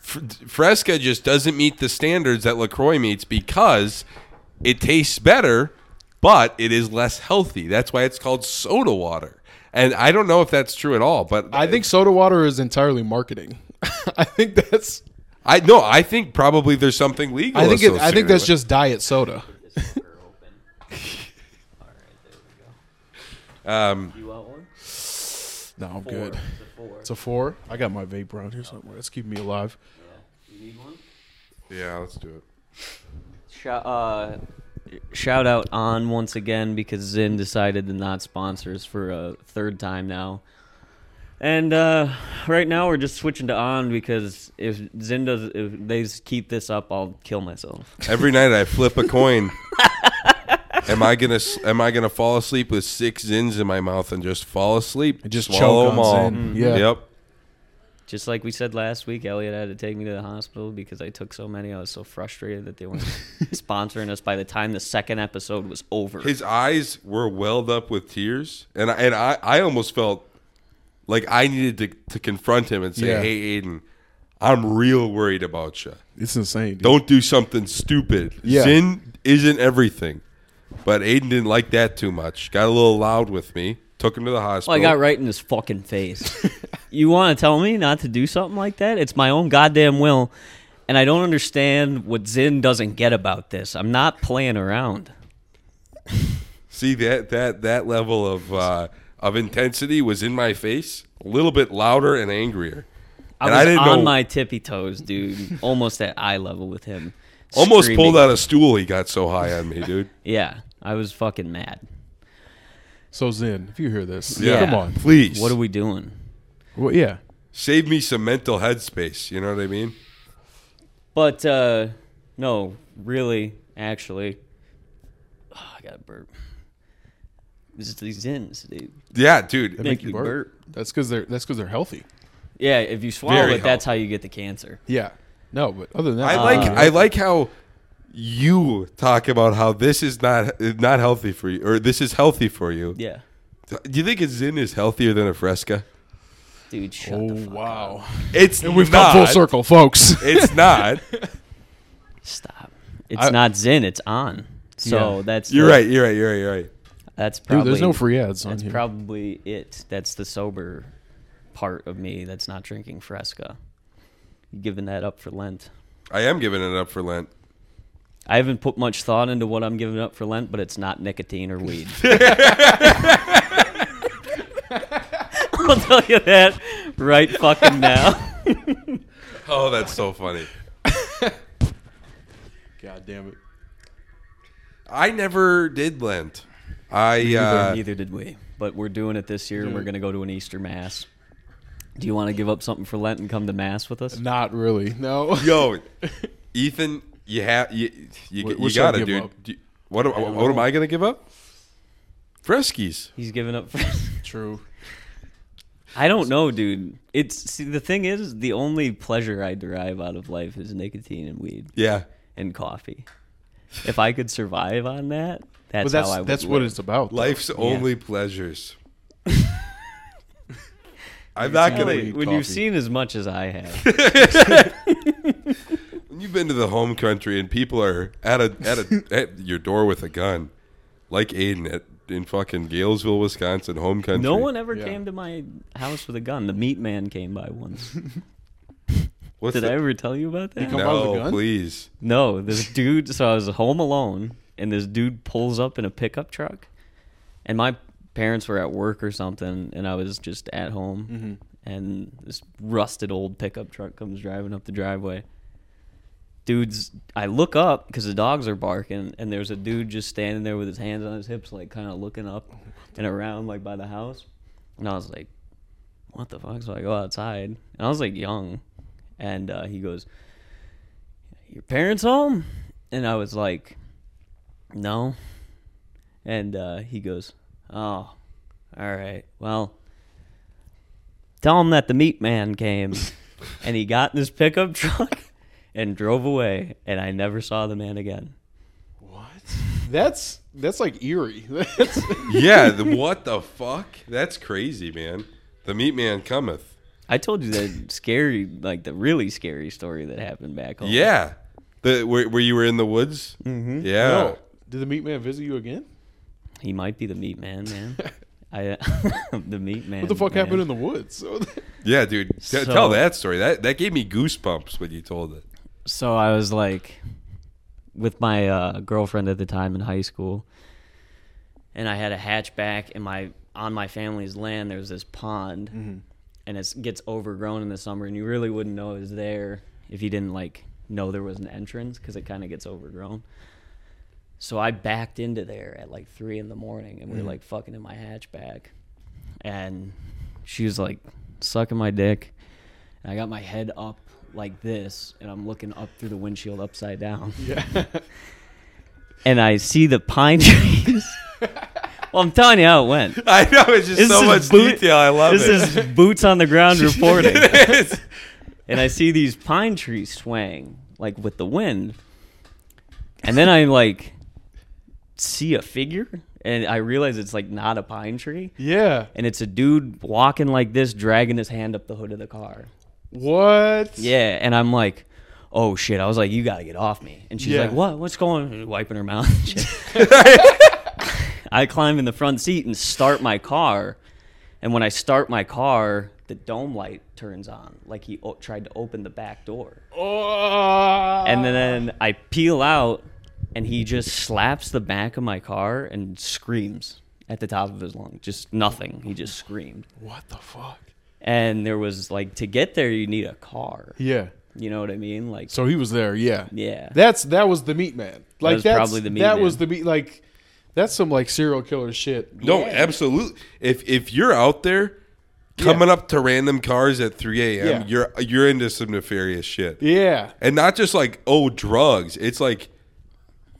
B: F- Fresca just doesn't meet the standards that Lacroix meets because it tastes better, but it is less healthy. That's why it's called soda water. And I don't know if that's true at all, but
C: I think soda water is entirely marketing. I think that's.
B: I no. I think probably there's something legal.
C: I think it, I
B: associated
C: think that's
B: with
C: just diet soda. Um,
A: You want one?
C: No, I'm good. It's a four. I got my vape around here somewhere. It's keeping me alive.
A: You need one?
B: Yeah, let's do it.
A: Shout, uh, shout out on once again because Zinn decided to not sponsor us for a third time now. And uh, right now we're just switching to on because if Zen does, if they s- keep this up, I'll kill myself.
B: Every night I flip a coin. am I gonna s- Am I gonna fall asleep with six zins in my mouth and just fall asleep?
C: And just
B: swallow
C: choke
B: them all.
C: on
A: Mm.
C: Zin. Yeah.
B: Mm-hmm. Yep.
A: Just like we said last week, Elliot had to take me to the hospital because I took so many. I was so frustrated that they weren't sponsoring us by the time the second episode was over.
B: His eyes were welled up with tears, and I, and I, I almost felt like I needed to, to confront him and say,
C: Yeah.
B: "Hey, Aiden, I'm real worried about you.
C: It's insane. Dude.
B: Don't do something stupid.
C: Yeah.
B: Zin isn't everything." But Aiden didn't like that too much. Got a little loud with me. Took him to the hospital.
A: Well, I got right in his fucking face. you want to tell me not to do something like that? It's my own goddamn will, and I don't understand what Zin doesn't get about this. I'm not playing around.
B: See that that that level of uh, of intensity was in my face, a little bit louder and angrier.
A: I
B: and
A: was
B: I didn't
A: on
B: know.
A: my tippy toes, dude. almost at eye level with him.
B: almost
A: Screaming.
B: pulled out a stool. He got so high on me, dude.
A: Yeah, I was fucking mad.
C: So Zen, if you hear this,
A: Yeah.
C: come on.
B: Please,
A: What are we doing?
C: Well, yeah,
B: save me some mental headspace. You know what I mean?
A: But uh no, really, actually, oh, I got to burp. This is these zins, dude.
B: Yeah, dude.
A: Make you burp.
C: That's because they're that's because they're healthy.
A: Yeah, if you swallow
B: Very
A: it, that's how you get the cancer.
C: Yeah. No, but other than that,
B: I like I like how you talk about how this is not not healthy for you, or this is healthy for you.
A: Yeah.
B: Do you think a Zin is healthier than a Fresca?
A: Dude, shut
C: Oh
A: the fuck up.
C: wow,
B: It's
C: we've
B: not.
C: come full circle, folks.
B: It's not.
A: Stop. It's
C: I-
A: not Zin, it's on. So
C: Yeah.
A: that's
B: You're
A: the-
B: right. You're right. You're right. You're right.
A: That's probably
C: Dude, there's no free ads on
A: That's
C: here.
A: probably it. That's the sober part of me that's not drinking Fresca. Giving that up for Lent.
B: I am giving it up for Lent.
A: I haven't put much thought into what I'm giving up for Lent, but it's not nicotine or weed. I'll tell you that right fucking now.
B: Oh, that's so funny.
C: God damn it.
B: I never did Lent. I
A: Neither,
B: uh,
A: neither did we, but we're doing it this year. We're gonna go to an Easter mass. Do you want to give up something for Lent and come to mass with us?
C: Not really. No.
B: yo, Ethan, you have you you,
C: What-
B: you
C: what should I
B: gotta
C: give
B: dude.
C: up?
B: Do you- What am, what, am I gonna give up? Freskies.
A: He's giving up. Fres-
C: True.
A: I don't know, dude. It's see the thing is the only pleasure I derive out of life is nicotine and weed
B: Yeah,
A: and coffee. If I could survive on that, that's,
C: But that's
A: how I
C: that's,
A: would
C: what
A: live.
C: it's about. though.
B: life's only pleasures. I'm not
A: Really,
B: gonna.
A: when
C: coffee.
A: you've seen as much as I have,
B: When you've been to the home country and people are at a at a at your door with a gun, like Aiden at in fucking Galesville, Wisconsin, home country.
A: no one ever
C: Yeah.
A: came to my house with a gun. The meat man came by once.
B: What's
A: Did
B: the-
A: I ever tell you about that?
C: come- out with a
B: no,
C: gun?
B: please.
A: No, this dude. So I was home alone, and this dude pulls up in a pickup truck, and my parents were at work or something, and I was just at home, and this rusted old pickup truck comes driving up the driveway. Dude's, I look up because the dogs are barking, and there's a dude just standing there with his hands on his hips, like kind of looking up and around, like by the house. And I was like, "What the fuck?" So I go outside, and I was like young, and uh, he goes, your parents home? And I was like, no. And uh, he goes, oh, all right. Well, tell him that the meat man came. and he got in his pickup truck and drove away. And I never saw the man again.
C: What? That's that's like eerie. That's
B: yeah, the, what the fuck? That's crazy, man. The meat man cometh.
A: I told you that scary, like the really scary story that happened back home.
B: Yeah. The where, where you were in the woods? Mm-hmm. Yeah.
C: no. Did the meat man visit you again?
A: He might be the meat man, man. I, the meat man.
C: What the fuck happened in the woods?
B: Yeah, dude. T-
A: So-
B: tell that story. That that gave me goosebumps when you told it.
A: so I was like with my uh, girlfriend at the time in high school, and I had a hatchback. And my on my family's land, there's this pond, and it gets overgrown in the summer, and you really wouldn't know it was there if you didn't like know there was an entrance because it kind of gets overgrown. So I backed into there at like three in the morning, and we were like fucking in my hatchback, and she was like, sucking my dick. And I got my head up like this, and I'm looking up through the windshield upside down. Yeah. and I see the pine trees. well, I'm telling you how it went.
B: I know it's just so much
A: boot-
B: detail. I love
A: this
B: it.
A: is boots on the ground reporting.
B: It is.
A: and I see these pine trees swaying like with the wind. And then I like see a figure and I realize it's like not a pine tree
C: Yeah.
A: and it's a dude walking like this dragging his hand up the hood of the car.
C: What?
A: Yeah, and I'm like Oh shit! I was like, "You gotta get off me!" And she's
C: Yeah.
A: like, "What? What's going?" on? Wiping her mouth. and shit. I climb in the front seat and start my car, and when I start my car, the dome light turns on, like he o- tried to open the back door.
C: Oh.
A: And then I peel out, and he just slaps the back of my car and screams at the top of his lung. Just nothing. He just screamed.
C: what the fuck?
A: And there was like, to get there, you need a car.
C: Yeah.
A: You know what I mean? Like,
C: So he was there. Yeah.
A: yeah.
C: That's that was the meat man. Like
A: was
C: that's
A: probably the meat
C: That
A: man.
C: was the meat. Like that's some like serial killer shit.
B: No, absolutely. If if you're out there coming up to random cars at 3 a.m.,
C: Yeah.
B: you're you're into some nefarious shit,
C: Yeah.
B: and not just like oh drugs. It's like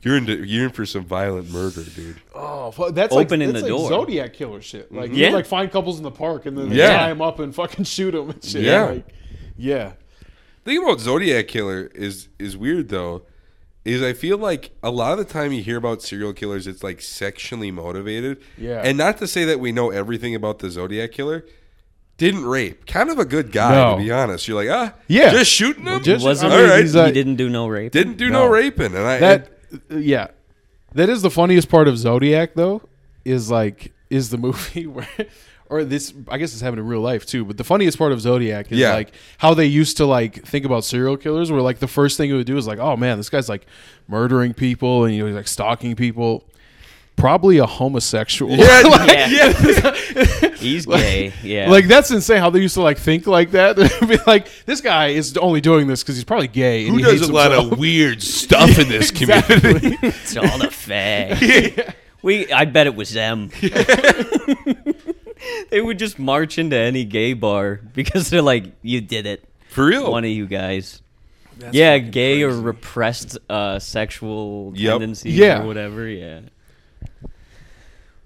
B: you're into you're in for some violent murder, dude.
C: Oh, fu- that's
A: Opening
C: like, that's
A: the door.
C: like Zodiac killer shit. Like
A: Yeah.
C: you like find couples in the park and then
B: Yeah.
C: tie them up and fucking shoot them and shit.
B: Yeah.
C: Like, yeah.
B: The thing about Zodiac killer is is weird though. Is I feel like a lot of the time you hear about serial killers, it's like sexually motivated.
C: Yeah.
B: And not to say that we know everything about the Zodiac killer. Didn't rape. Kind of a good guy,
C: No.
B: to be honest. You're like, ah,
C: Yeah.
B: just shooting him.
C: Just-
A: Wasn't uh,
B: all right.
C: he's
A: he
C: like-
A: didn't do no rape?
B: Didn't do no,
C: No.
B: raping, and I and-
C: That yeah. That is the funniest part of Zodiac though, is like is the movie where or this I guess it's happened in real life too, but the funniest part of Zodiac is
B: Yeah.
C: like how they used to like think about serial killers where like the first thing it would do is like, oh man, this guy's like murdering people and you know he's like stalking people. Probably a homosexual.
B: Yeah,
A: Yeah.
B: yeah.
A: He's gay. Yeah.
C: Like that's insane how they used to like think like that. They'd be like, this guy is only doing this because he's probably gay. And
B: Who
C: he
B: does
C: hates
B: a lot
C: himself.
B: of weird stuff in this community?
A: it's all the fags. We, I bet it was them. they would just march into any gay bar because they're like, "You did it,
B: For real.
A: one of you guys." yeah, gay or repressed uh, sexual
B: Yep.
A: tendencies
C: Yeah.
A: or whatever. Yeah.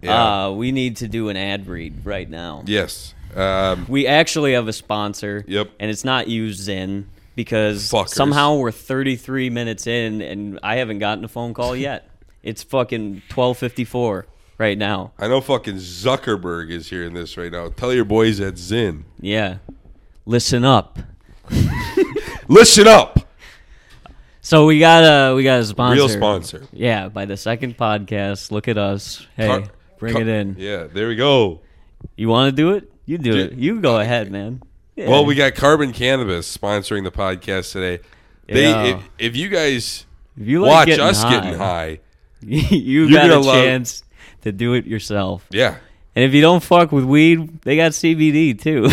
B: Yeah.
A: Uh, we need to do an ad read right now.
B: yes. Um,
A: We actually have a sponsor.
B: Yep.
A: And it's not you, Zen, because
B: Fuckers.
A: somehow we're 33 minutes in and I haven't gotten a phone call yet. it's fucking 12:54 right now.
B: I know fucking Zuckerberg is hearing this right now. Tell your boys at Zin.
A: Yeah. Listen up.
B: Listen up.
A: So we got a we got a sponsor.
B: Real sponsor.
A: Yeah, by the second podcast. Look at us. Hey,
B: Car-
A: bring
B: car-
A: it in.
B: Yeah, there we go.
A: You want to do it? You do
B: Yeah.
A: it. You go ahead, man. Yeah.
B: Well, we got Carbon Cannabis sponsoring the podcast today. They
A: Yeah.
B: if, if you guys
A: if you like
B: watch
A: getting
B: us
A: high,
B: getting high,
A: you
B: You're
A: got
B: gonna
A: a
B: love-
A: chance to do it yourself.
B: yeah.
A: And if you don't fuck with weed, they got CBD too.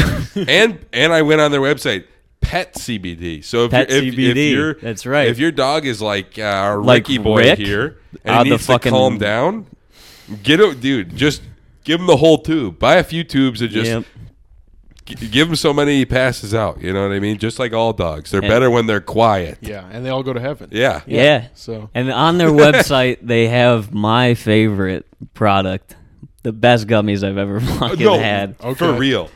B: and and I went on their website, Pet CBD. So if
A: Pet
B: you're, if,
A: CBD,
B: if you're,
A: that's right.
B: If your dog is like uh,
A: Like
B: Ricky boy
A: Rick,
B: here and
A: uh,
B: he
A: the
B: needs
A: fucking-
B: to calm down, get it, dude. Just give him the whole tube. Buy a few tubes and just
A: Yep.
B: g- give him so many he passes out. You know what I mean? Just like all dogs, they're
A: And-
B: better when they're quiet.
C: Yeah, and they all go to heaven.
B: Yeah.
A: yeah.
C: So-
A: and on their website they have my favorite product, the best gummies I've ever fucking
B: No,
A: had.
B: for
C: Okay.
B: real.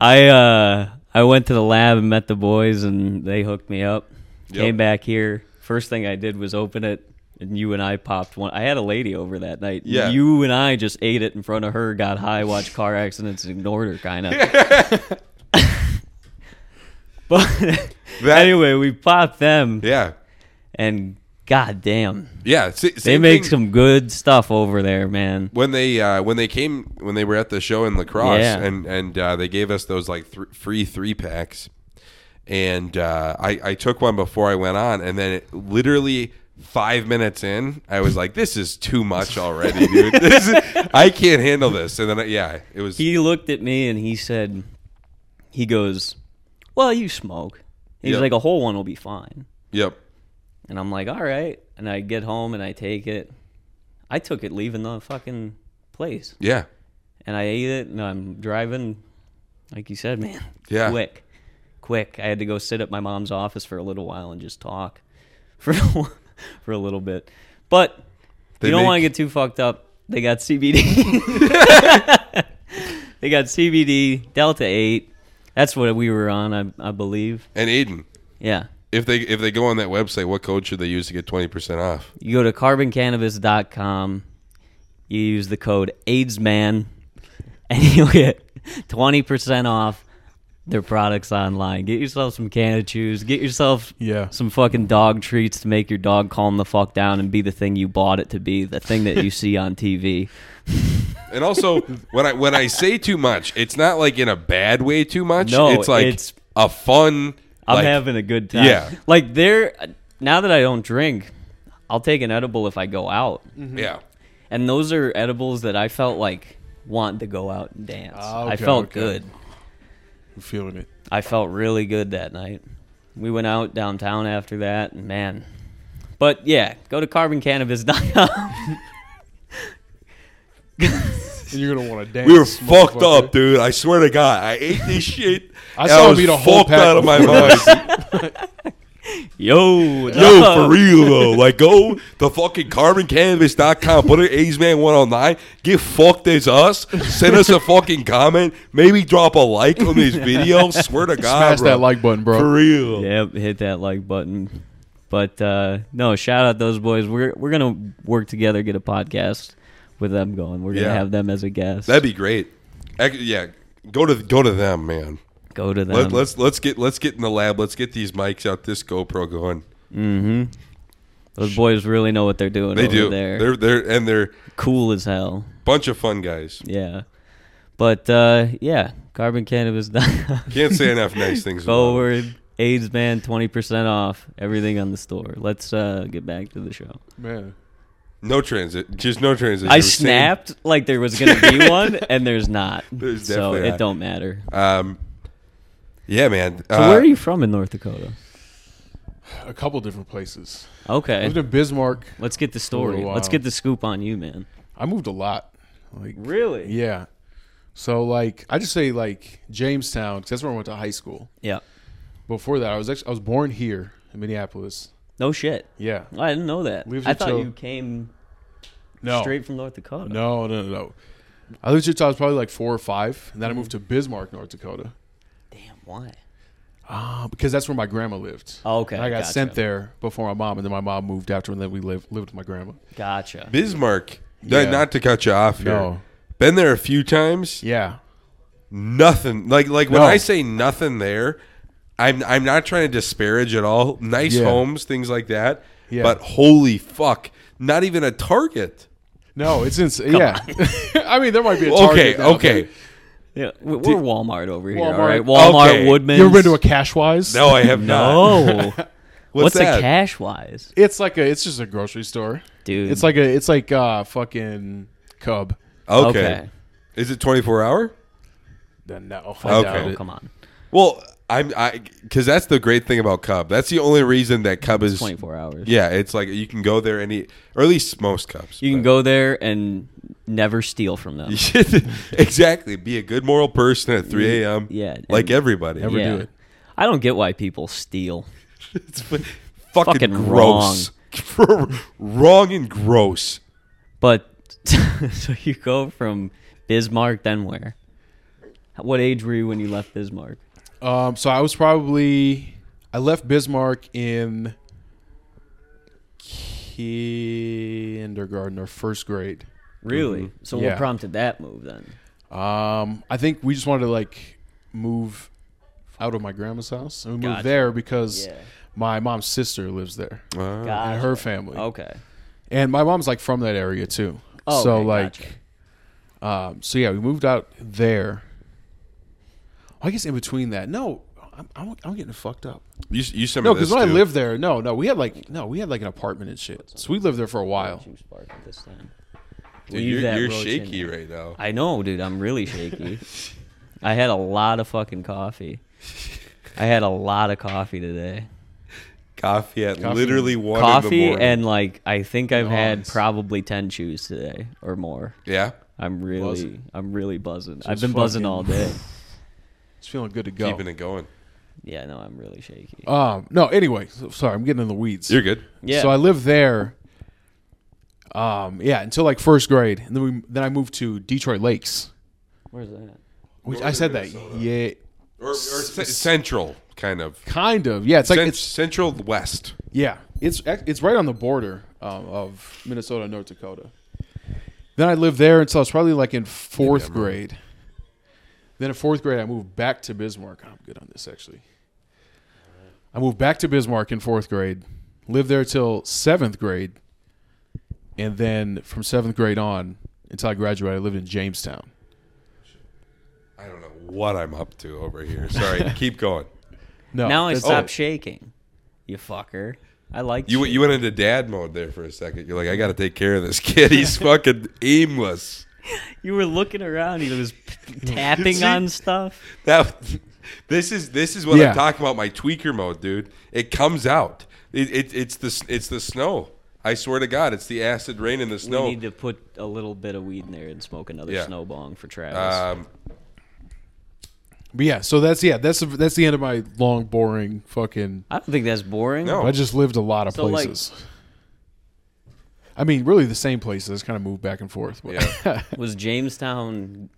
A: I uh I went to the lab and met the boys and they hooked me up. Came back here. First thing I did was open it and you and I popped one. I had a lady over that night.
B: Yeah.
A: You and I just ate it in front of her, got high, watched car accidents, and ignored her kind of. but
B: That-
A: anyway, we popped them
B: Yeah.
A: and goddamn.
B: Yeah. sa-
A: They
B: same
A: make
B: thing-
A: some good stuff over there, man.
B: when they uh, when they came when they were at the show in lacrosse
A: Yeah.
B: and and uh, they gave us those like thr free three packs and uh, I, I took one before I went on and then it literally five minutes in I was like this is too much already dude this is, I can't handle this and then I, yeah it was
A: he looked at me and he said, he goes, well, you smoke. He's
B: Yeah.
A: like, a whole one will be fine.
B: yep
A: And I'm like, all right. And I get home and I take it. I took it leaving the fucking place.
B: yeah
A: And I ate it and I'm driving like you said, man.
B: Yeah.
A: Quick, quick. I had to go sit at my mom's office for a little while and just talk for a while- for a little bit. But
B: They
A: you don't
B: make-
A: want to get too fucked up. They got CBD. they got CBD Delta Eight. That's what we were on, I, I believe.
B: And Aiden,
A: Yeah.
B: if they if they go on that website, what code should they use to get twenty percent off?
A: You go to carboncannabis.com. You use the code AIDSMAN, and you'll get 20% off their products online. Get yourself some can of chews. Get yourself
C: Yeah.
A: some fucking dog treats to make your dog calm the fuck down and be the thing you bought it to be, the thing that you see on TV.
B: And also, when I when I say too much, it's not like in a bad way too much.
A: No,
B: it's like
A: it's-
B: a fun.
A: I'm
B: like,
A: having a good time.
B: Yeah.
A: Like, there, now that I don't drink, I'll take an edible if I go out.
B: yeah.
A: and those are edibles that I felt like want to go out and dance.
C: Ah,
A: I
C: okay,
A: felt
C: okay.
A: good.
C: I'm feeling it.
A: I felt really good that night. We went out downtown after that, and man. But yeah, go to carboncannabis.com.
C: And you're gonna want to dance.
B: We were fucked
C: motherfucker.
B: up, dude. I swear to God, I ate this shit.
C: I
B: and
C: saw him
B: was
C: eat a whole
B: fucked
C: pack
B: out of my
C: before
B: mind.
A: Yo, what's
B: Yo,
A: up?
B: for real though, like go to fucking carboncanvas.com, put in A's Man One on nine, get fucked as us, send us a fucking comment, maybe drop a like on this video. Swear to God,
C: Smash
B: bro.
C: that like button, bro.
B: for real.
A: Yep, hit that like button. But uh, no, shout out those boys. We're we're gonna work together, get a podcast with them going. We're gonna
B: Yeah.
A: have them as a guest.
B: That'd be great. Ac- Yeah, go to go to them, man.
A: go to them.
B: Let, let's let's get let's get in the lab. Let's get these mics out. This GoPro going.
A: those boys really know what they're doing.
B: They
A: over
B: do.
A: There.
B: They're they're and they're
A: cool as hell.
B: bunch of fun guys.
A: Yeah. But uh yeah, carbon cannabis
B: Can't say enough nice things. about them.
A: forward. AIDS man, twenty percent off everything on the store. Let's uh, get back to the show.
C: Man,
B: No transit. Just no transit.
A: I
B: You were saying-
A: snapped like there was gonna be one, and there's not.
B: There's
A: so
B: definitely
A: it
B: not.
A: don't matter.
B: Um, yeah, man.
A: So
B: Uh,
A: where are you from in North Dakota?
C: a couple different places. I lived
A: Okay,
C: in Bismarck.
A: let's get the story.
C: For a
A: Let's
C: while.
A: get the scoop on you, man.
C: I moved a lot. Like
A: Really? Yeah.
C: yeah. So like I just say like Jamestown because that's where I went to high school. Before that, I was actually I was born here in Minneapolis.
A: No shit.
C: Yeah.
A: I didn't know that.
C: Leaves
A: I
C: it
A: thought
C: till-
A: you came
C: No.
A: straight from North Dakota.
C: No, no, no, no. I lived here till I was probably like four or five, and then I moved to Bismarck, North Dakota,
A: Damn. Why?
C: uh, because that's where my grandma lived.
A: Oh, okay.
C: And I got
A: Gotcha.
C: sent there before my mom, and then my mom moved after, and then we lived lived with my grandma.
A: Gotcha.
B: Bismarck. No,
C: Yeah.
B: Not to cut you off here.
C: No.
B: Been there a few times.
C: Yeah,
B: Nothing. Like like when
C: No.
B: I say nothing there, I'm I'm not trying to disparage at all. Nice
C: Yeah.
B: homes, things like that.
C: Yeah.
B: But holy fuck, not even a Target.
C: no, it's ins- yeah. I mean, there might be a Target
B: Okay,
C: down
B: okay.
C: there.
A: Yeah, we- we're Walmart over here,
C: Walmart.
A: all right? Walmart,
B: Okay.
A: Woodman.
C: You ever been to a Cashwise?
B: No, I have not.
A: No. What's,
B: that?
A: a cash wise,
C: It's like a. It's just a grocery store.
A: dude?
C: It's like a. It's like uh fucking Cub.
B: Okay.
A: Okay.
B: Is it 24 hour?
C: Then no.
B: Okay.
C: I doubt
A: oh,
C: it.
A: come on,
B: Well, I'm I because that's the great thing about Cub. That's the only reason that Cub is
A: twenty four hours.
B: Yeah, it's like you can go there any, or at least most Cubs.
A: you can go there and never steal from them.
B: exactly. Be a good moral person at 3 a.m.
A: Yeah,
B: like
A: and-
B: everybody.
C: Never
A: yeah.
C: do it.
A: I don't get why people steal.
B: It's fu- fucking,
A: Fucking
B: gross. Wrong. and gross.
A: But so you go from Bismarck, then where? What age were you when you left Bismarck?
C: Um, so I was probably I left Bismarck in kindergarten or first grade.
A: Really? Mm-hmm. So
C: Yeah.
A: what prompted that move then?
C: Um, I think we just wanted to like move out of my grandma's house and we moved
A: Gotcha.
C: there because
A: Yeah.
C: my mom's sister lives there
B: Wow.
C: and her family.
A: Okay.
C: And my mom's like from that area too.
A: Oh,
C: so
A: okay,
C: like
A: gotcha.
C: um so yeah, we moved out there. I guess in between that. No, I'm I'm, I'm getting fucked up.
B: You, you sent me
C: No, because
B: this,
C: when I
B: too.
C: lived there, no, no, we had like no, we had like an apartment and shit. So we lived there for a while.
A: Two spark at this time.
B: oh. Dude,
A: Leave
B: you're
A: that
B: you're
A: roach in
B: shaky
A: there.
B: right now.
A: I know, dude. I'm really shaky. I had a lot of fucking coffee. I had a lot of coffee today.
B: Coffee at
C: Coffee.
B: literally one in the
A: coffee
B: morning.
A: and like I think I've had
C: Nice.
A: probably ten chews today or more.
B: yeah.
A: I'm really
C: Buzzing.
A: I'm really buzzing. I've
C: Just
A: been buzzing
C: fucking-
A: all day.
C: It's feeling good to go.
B: Keeping it going.
A: Yeah, no, I'm really shaky.
C: Um, no, anyway, so- sorry, I'm getting in the weeds.
B: You're good.
A: Yeah.
C: So I lived there. Um, yeah, until like first grade, and then we then I moved to Detroit Lakes.
A: Where's that?
C: Which I said that, yeah,
B: Or, or c- central, kind of.
C: kind of, yeah. It's like
B: Cent-
C: it's
B: central west.
C: yeah, it's ac- it's right on the border um, of Minnesota and North Dakota. Then I lived there until I was probably like in fourth grade. Then in fourth grade, I moved back to Bismarck. I'm good on this actually. I moved back to Bismarck in fourth grade, lived there till seventh grade, and then from seventh grade on until I graduated, I lived in Jamestown.
B: I don't know what I'm up to over here. Sorry. Keep going.
C: No,
A: now I
C: that's
A: stop
C: it.
A: shaking. You fucker. I like
B: You you went into dad mode there for a second. You're like, I got to take care of this kid. He's fucking aimless.
A: You were looking around. He was p- tapping on stuff.
B: That this is this is what
C: Yeah.
B: I'm talking about. My tweaker mode, dude. It comes out. It, it it's the s- it's the snow. I swear to God, it's the acid rain and the
A: We
B: snow.
A: need to put a little bit of weed in there and smoke another
B: Yeah.
A: snow bong for Travis.
C: Uh,
B: Um,
C: But yeah, so that's yeah, that's that's the end of my long, boring fucking.
A: I don't think that's boring.
B: No.
C: I just lived a lot of
A: Oh. So, like-
C: places. I mean, really the same places. I just kind of moved back and forth. But yeah,
A: Was Jamestown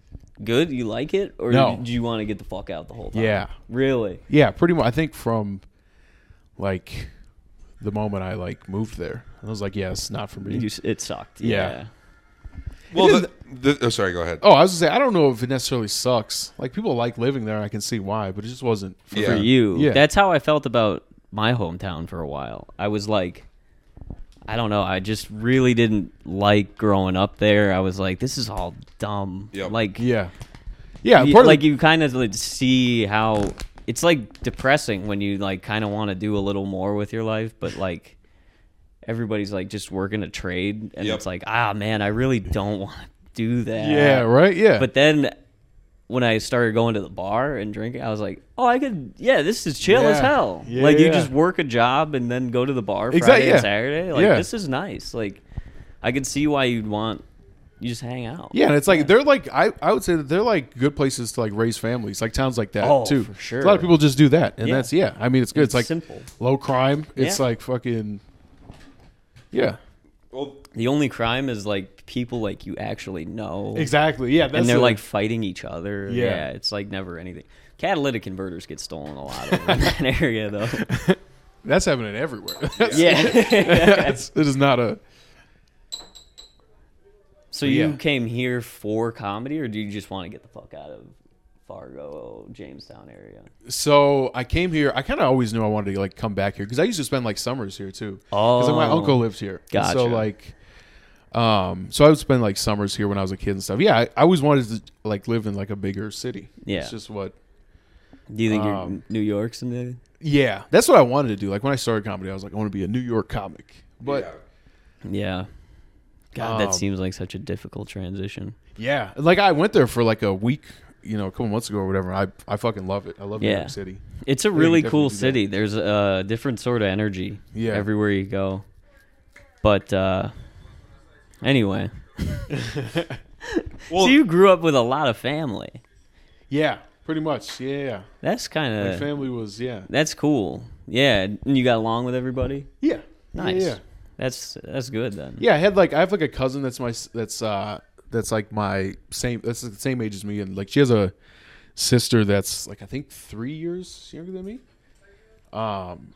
A: good? You like it, or
C: No.
A: did you want to get the fuck out the whole time?
C: yeah,
A: really.
C: pretty much. I think from like the moment I like moved there, I was like, yeah, it's not for me.
A: You, s- it sucked.
C: Yeah.
A: Yeah.
B: well,
C: is-
B: the, the, oh, sorry. Go ahead.
C: Oh, I was gonna say I don't know if it necessarily sucks. Like people like living there, I can see why, but it just wasn't. For
B: Yeah.
A: for you.
C: Yeah.
A: That's how I felt about my hometown for a while. I was like, I don't know. I just really didn't like growing up there. I was like, this is all dumb.
B: Yep.
A: Like,
C: Yeah, yeah.
A: you-
C: Part
A: like
C: of the,
A: you kind of like see how it's like depressing when you like kind of want to do a little more with your life, but like everybody's like just working a trade, and
B: Yep.
A: it's like, ah, man, I really don't want to do that.
C: yeah, right, yeah.
A: But then when I started going to the bar and drinking, I was like, oh, I could, yeah, this is chill as
C: Yeah.
A: hell.
C: Yeah,
A: like you
C: yeah.
A: just work a job and then go to the bar Friday
C: Exact- yeah.
A: and Saturday. Like
C: Yeah.
A: this is nice. Like I could see why you'd want you just hang out.
C: Yeah, and it's like they're like I, I would say that they're like good places to like raise families, like towns like that
A: Oh,
C: too.
A: for sure.
C: A lot of people just do that, and
A: Yeah.
C: that's yeah. I mean, it's good.
A: It's
C: It's, like
A: simple.
C: low crime. It's
A: Yeah.
C: like fucking yeah,
B: Well,
A: The only crime is like people like you actually know.
C: exactly. Yeah,
A: And they're like fighting each other.
C: Yeah.
A: Yeah. it's like never anything. Catalytic converters get stolen a lot over in that area, though.
C: that's happening everywhere. That's-
A: Yeah.
C: that's, it is not a
A: so you
C: Yeah.
A: came here for comedy, or do you just want to get the fuck out of Fargo, Jamestown area?
C: so I came here. I kind of always knew I wanted to like come back here because I used to spend like summers here too. because my
A: Oh.
C: uncle lived here. And So
A: Gotcha.
C: like, um, so I would spend like summers here when I was a kid and stuff. Yeah, I, I always wanted to like live in like a bigger city.
A: Yeah.
C: it's just what
A: Do you think
C: Um,
A: you're New York someday?
C: Yeah, that's what I wanted to do. Like when I started comedy, I was like, I want to be a New York comic. But
A: Yeah. God,
C: Um,
A: that seems like such a difficult transition.
C: yeah. like I went there for like a week, you know, a couple months ago or whatever. I I fucking love it. I love New
A: Yeah.
C: York City.
A: It's a
C: we
A: really
C: could
A: cool
C: definitely
A: city. There's a different sort of energy
C: Yeah.
A: everywhere you go. But uh, anyway,
B: well,
A: so you grew up with a lot of family.
C: Yeah, pretty much. Yeah, yeah.
A: That's
C: My
A: kind of
C: family was yeah,
A: that's cool. Yeah, and you got along with everybody.
C: yeah,
A: Nice.
C: Yeah, yeah.
A: That's that's good then.
C: Yeah, I had like I have like a cousin that's my s- that's uh that's like my same that's the same age as me and like she has a sister that's like I think three years younger than me. Um,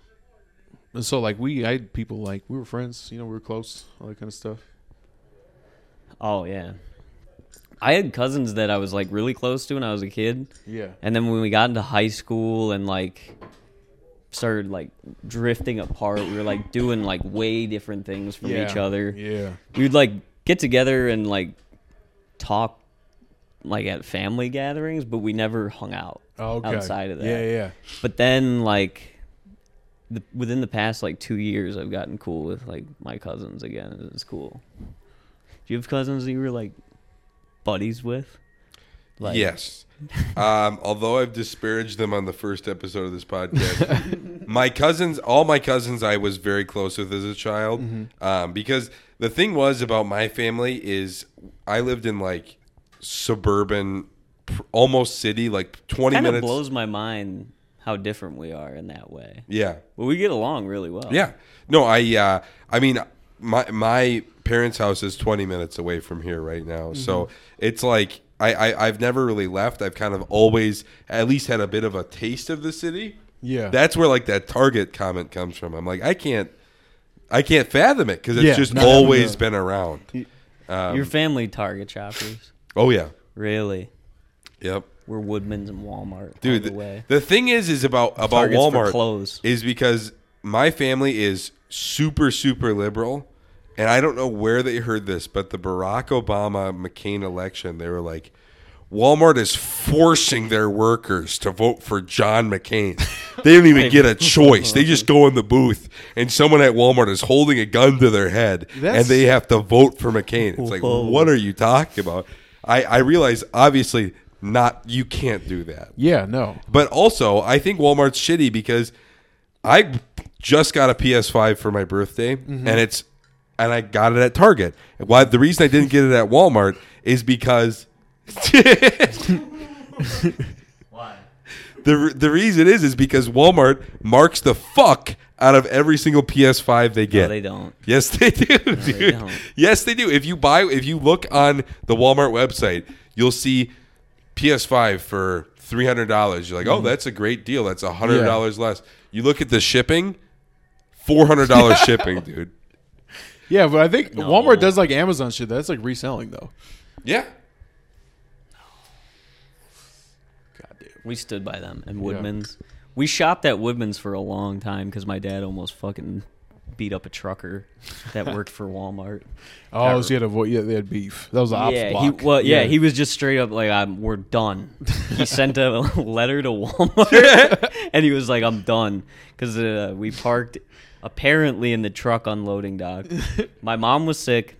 C: and so like we I had people like we were friends, you know, we were close, all that kind of stuff.
A: Oh yeah. I had cousins that I was like really close to when I was a kid.
C: Yeah.
A: And then when we got into high school and like started like drifting apart, we were like doing like way different things from each other.
C: Yeah.
A: We'd like get together and like talk like at family gatherings, but we never hung out
C: Okay.
A: outside of that.
C: Yeah, yeah.
A: But then like the, within the past like 2 years, I've gotten cool with like my cousins again. and It's cool. Do you have cousins that you were like buddies with? Like,
B: yes. um, although I've disparaged them on the first episode of this podcast, my cousins, all my cousins, I was very close with as a child, um, because the thing was about my family is I lived in like suburban pr- almost city, like 20
A: Kind of
B: minutes.
A: blows my mind how different we are in that way.
B: Yeah.
A: But we get along really well.
B: Yeah. No, I uh I mean my my parents' house is 20 minutes away from here right now.
C: Mm-hmm.
B: So it's like I, I I've never really left. I've kind of always at least had a bit of a taste of the city.
C: Yeah.
B: That's where like that Target comment comes from. I'm like I can't I can't fathom it cuz it's
C: Yeah,
B: just
C: not having
B: always
C: a-
B: been around.
A: Your family Target shoppers.
B: Oh yeah.
A: Really?
B: Yep.
A: We're Woodman's and Walmart.
B: Dude,
A: all the,
B: the,
A: way.
B: the thing is is about about
A: Target's for
B: Walmart
A: clothes.
B: is because my family is super super liberal and i don't know where they heard this but the barack obama mccain election they were like walmart is forcing their workers to vote for john mccain they don't even get a choice they just go in the booth and someone at walmart is holding a gun to their head
C: That's-
B: and they have to vote for mccain it's like
A: Whoa.
B: what are you talking about i, I realize obviously not you can't do that
C: Yeah, no.
B: but also, I think Walmart's shitty because I just got a PS5 for my birthday, and it's and I got it at Target. Why the reason I didn't get it at Walmart is because the the reason is is because Walmart marks the fuck out of every single PS5 they get.
A: No, they don't.
B: Yes, they do, dude.
A: don't.
B: yes, they do. If you buy, if you look on the Walmart website, you'll see PS5 for three hundred dollars. You're like, oh, that's a great deal. That's hundred dollars less. You look at the shipping, four hundred dollars shipping, dude.
C: Yeah, but I think Walmart does like Amazon shit. That's like reselling though.
B: Yeah,
C: God damn.
A: We stood by them and Woodman's. We shopped at Woodman's for a long time because my dad almost fucking beat up a trucker that worked for Walmart.
C: Oh, so you had a vo- yeah, they had beef. That was the ops
A: yeah, he
C: block.
A: well, yeah, he was just straight up like, "I'm we're done." He sent a letter to Walmart, and he was like, "I'm done," because uh, we parked apparently in the truck unloading dock. My mom was sick.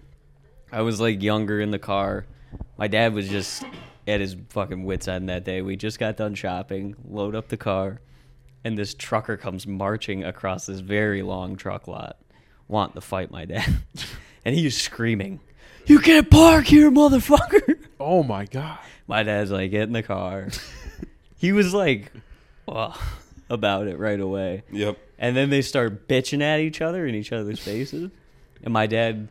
A: I was like younger in the car. My dad was just at his fucking wits end that day. We just got done shopping, load up the car, and this trucker comes marching across this very long truck lot, want to fight my dad, and he's screaming. You can't park here, motherfucker.
C: Oh my god.
A: My dad's like, get in the car. he was like, "Ugh," about it right away.
B: yep.
A: And then they start bitching at each other in each other's faces. And my dad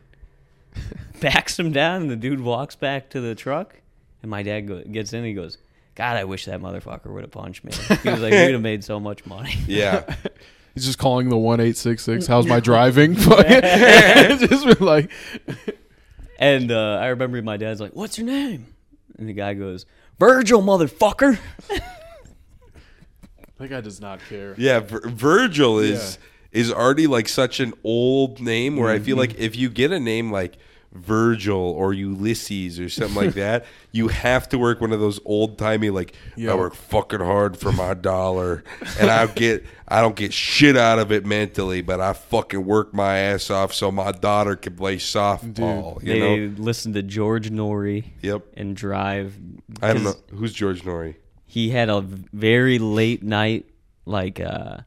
A: backs him down, and the dude walks back to the truck. And my dad go- gets in and he goes, God, I wish that motherfucker would have punched me. He was like, We'd have made so much money.
B: Yeah,
C: He's just calling the one eight six six. How's my driving? just been like,
A: And uh, I remember my dad's like, What's your name? And the guy goes, Virgil, motherfucker.
C: that guy does not care.
B: yeah. Vir- Virgil is is already like such an old name where I feel like if you get a name like. Virgil or Ulysses or something like that. You have to work one of those old timey like
C: Yeah.
B: I work fucking hard for my dollar and I get I don't get shit out of it mentally, but I fucking work my ass off so my daughter can play softball. You
A: they
B: know?
A: listened to George Norrie
B: Yep.
A: and drive.
B: I don't know
A: 'cause
B: who's George Norrie.
A: He had a very late night, like uh,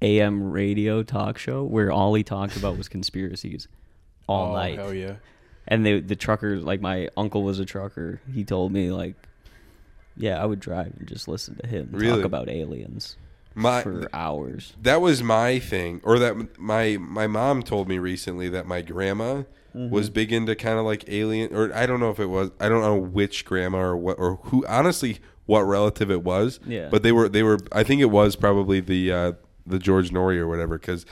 A: AM radio talk show where all he talked about was conspiracies all
C: Oh
A: night.
C: hell yeah.
A: And the the trucker, like my uncle was a trucker. He told me like, yeah, I would drive and just listen to him
B: Really?
A: talk about aliens
B: My
A: for hours.
B: that was my thing or that my my mom told me recently that my grandma
A: Mm-hmm.
B: was big into kind of like alien or I don't know if it was I don't know which grandma or what or who honestly what relative it was
A: Yeah.
B: but they were they were I think it was probably the uh the George Norrie or whatever cuz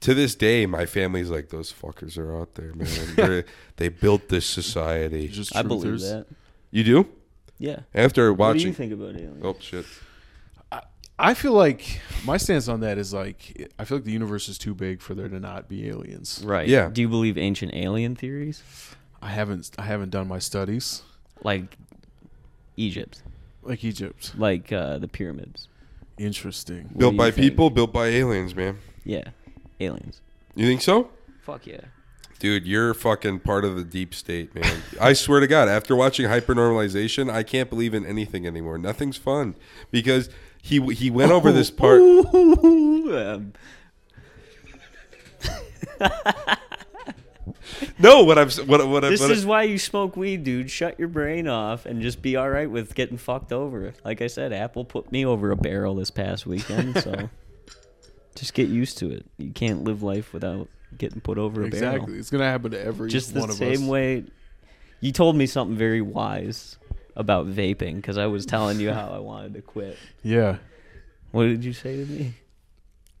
B: to this day my family's like those fuckers are out there man They're- they built this society
C: Just
A: I believe
C: truthers.
A: that.
B: you do
A: Yeah.
B: after
A: What do
B: watching
A: you think about aliens?
B: oh shit
C: I feel like my stance on that is like I feel like the universe is too big for there to not be aliens.
A: Right.
B: Yeah.
A: Do you believe ancient alien theories?
C: I haven't I haven't done my studies
A: like Egypt,
C: like Egypt.
A: like uh, the pyramids.
C: Interesting.
A: What do
B: built
A: you
B: by
A: think?
B: people built by aliens man
A: Yeah, aliens.
B: you think so
A: Fuck yeah.
B: Dude, you're fucking part of the deep state, man. I swear to God, after watching hypernormalization, I can't believe in anything anymore. Nothing's fun because he he went over this part.
A: Um,
B: No, what I'm s- what what
A: This
B: what,
A: is why you smoke weed, dude. Shut your brain off and just be all right with getting fucked over. Like I said, Apple put me over a barrel this past weekend, so just get used to it. You can't live life without getting put over a barrel.
C: Exactly. It's gonna happen to every
A: Just
C: one
A: the
C: of
A: same
C: us.
A: way you told me something very wise about vaping because I was telling you how I wanted to quit.
C: Yeah.
A: What did you say to me?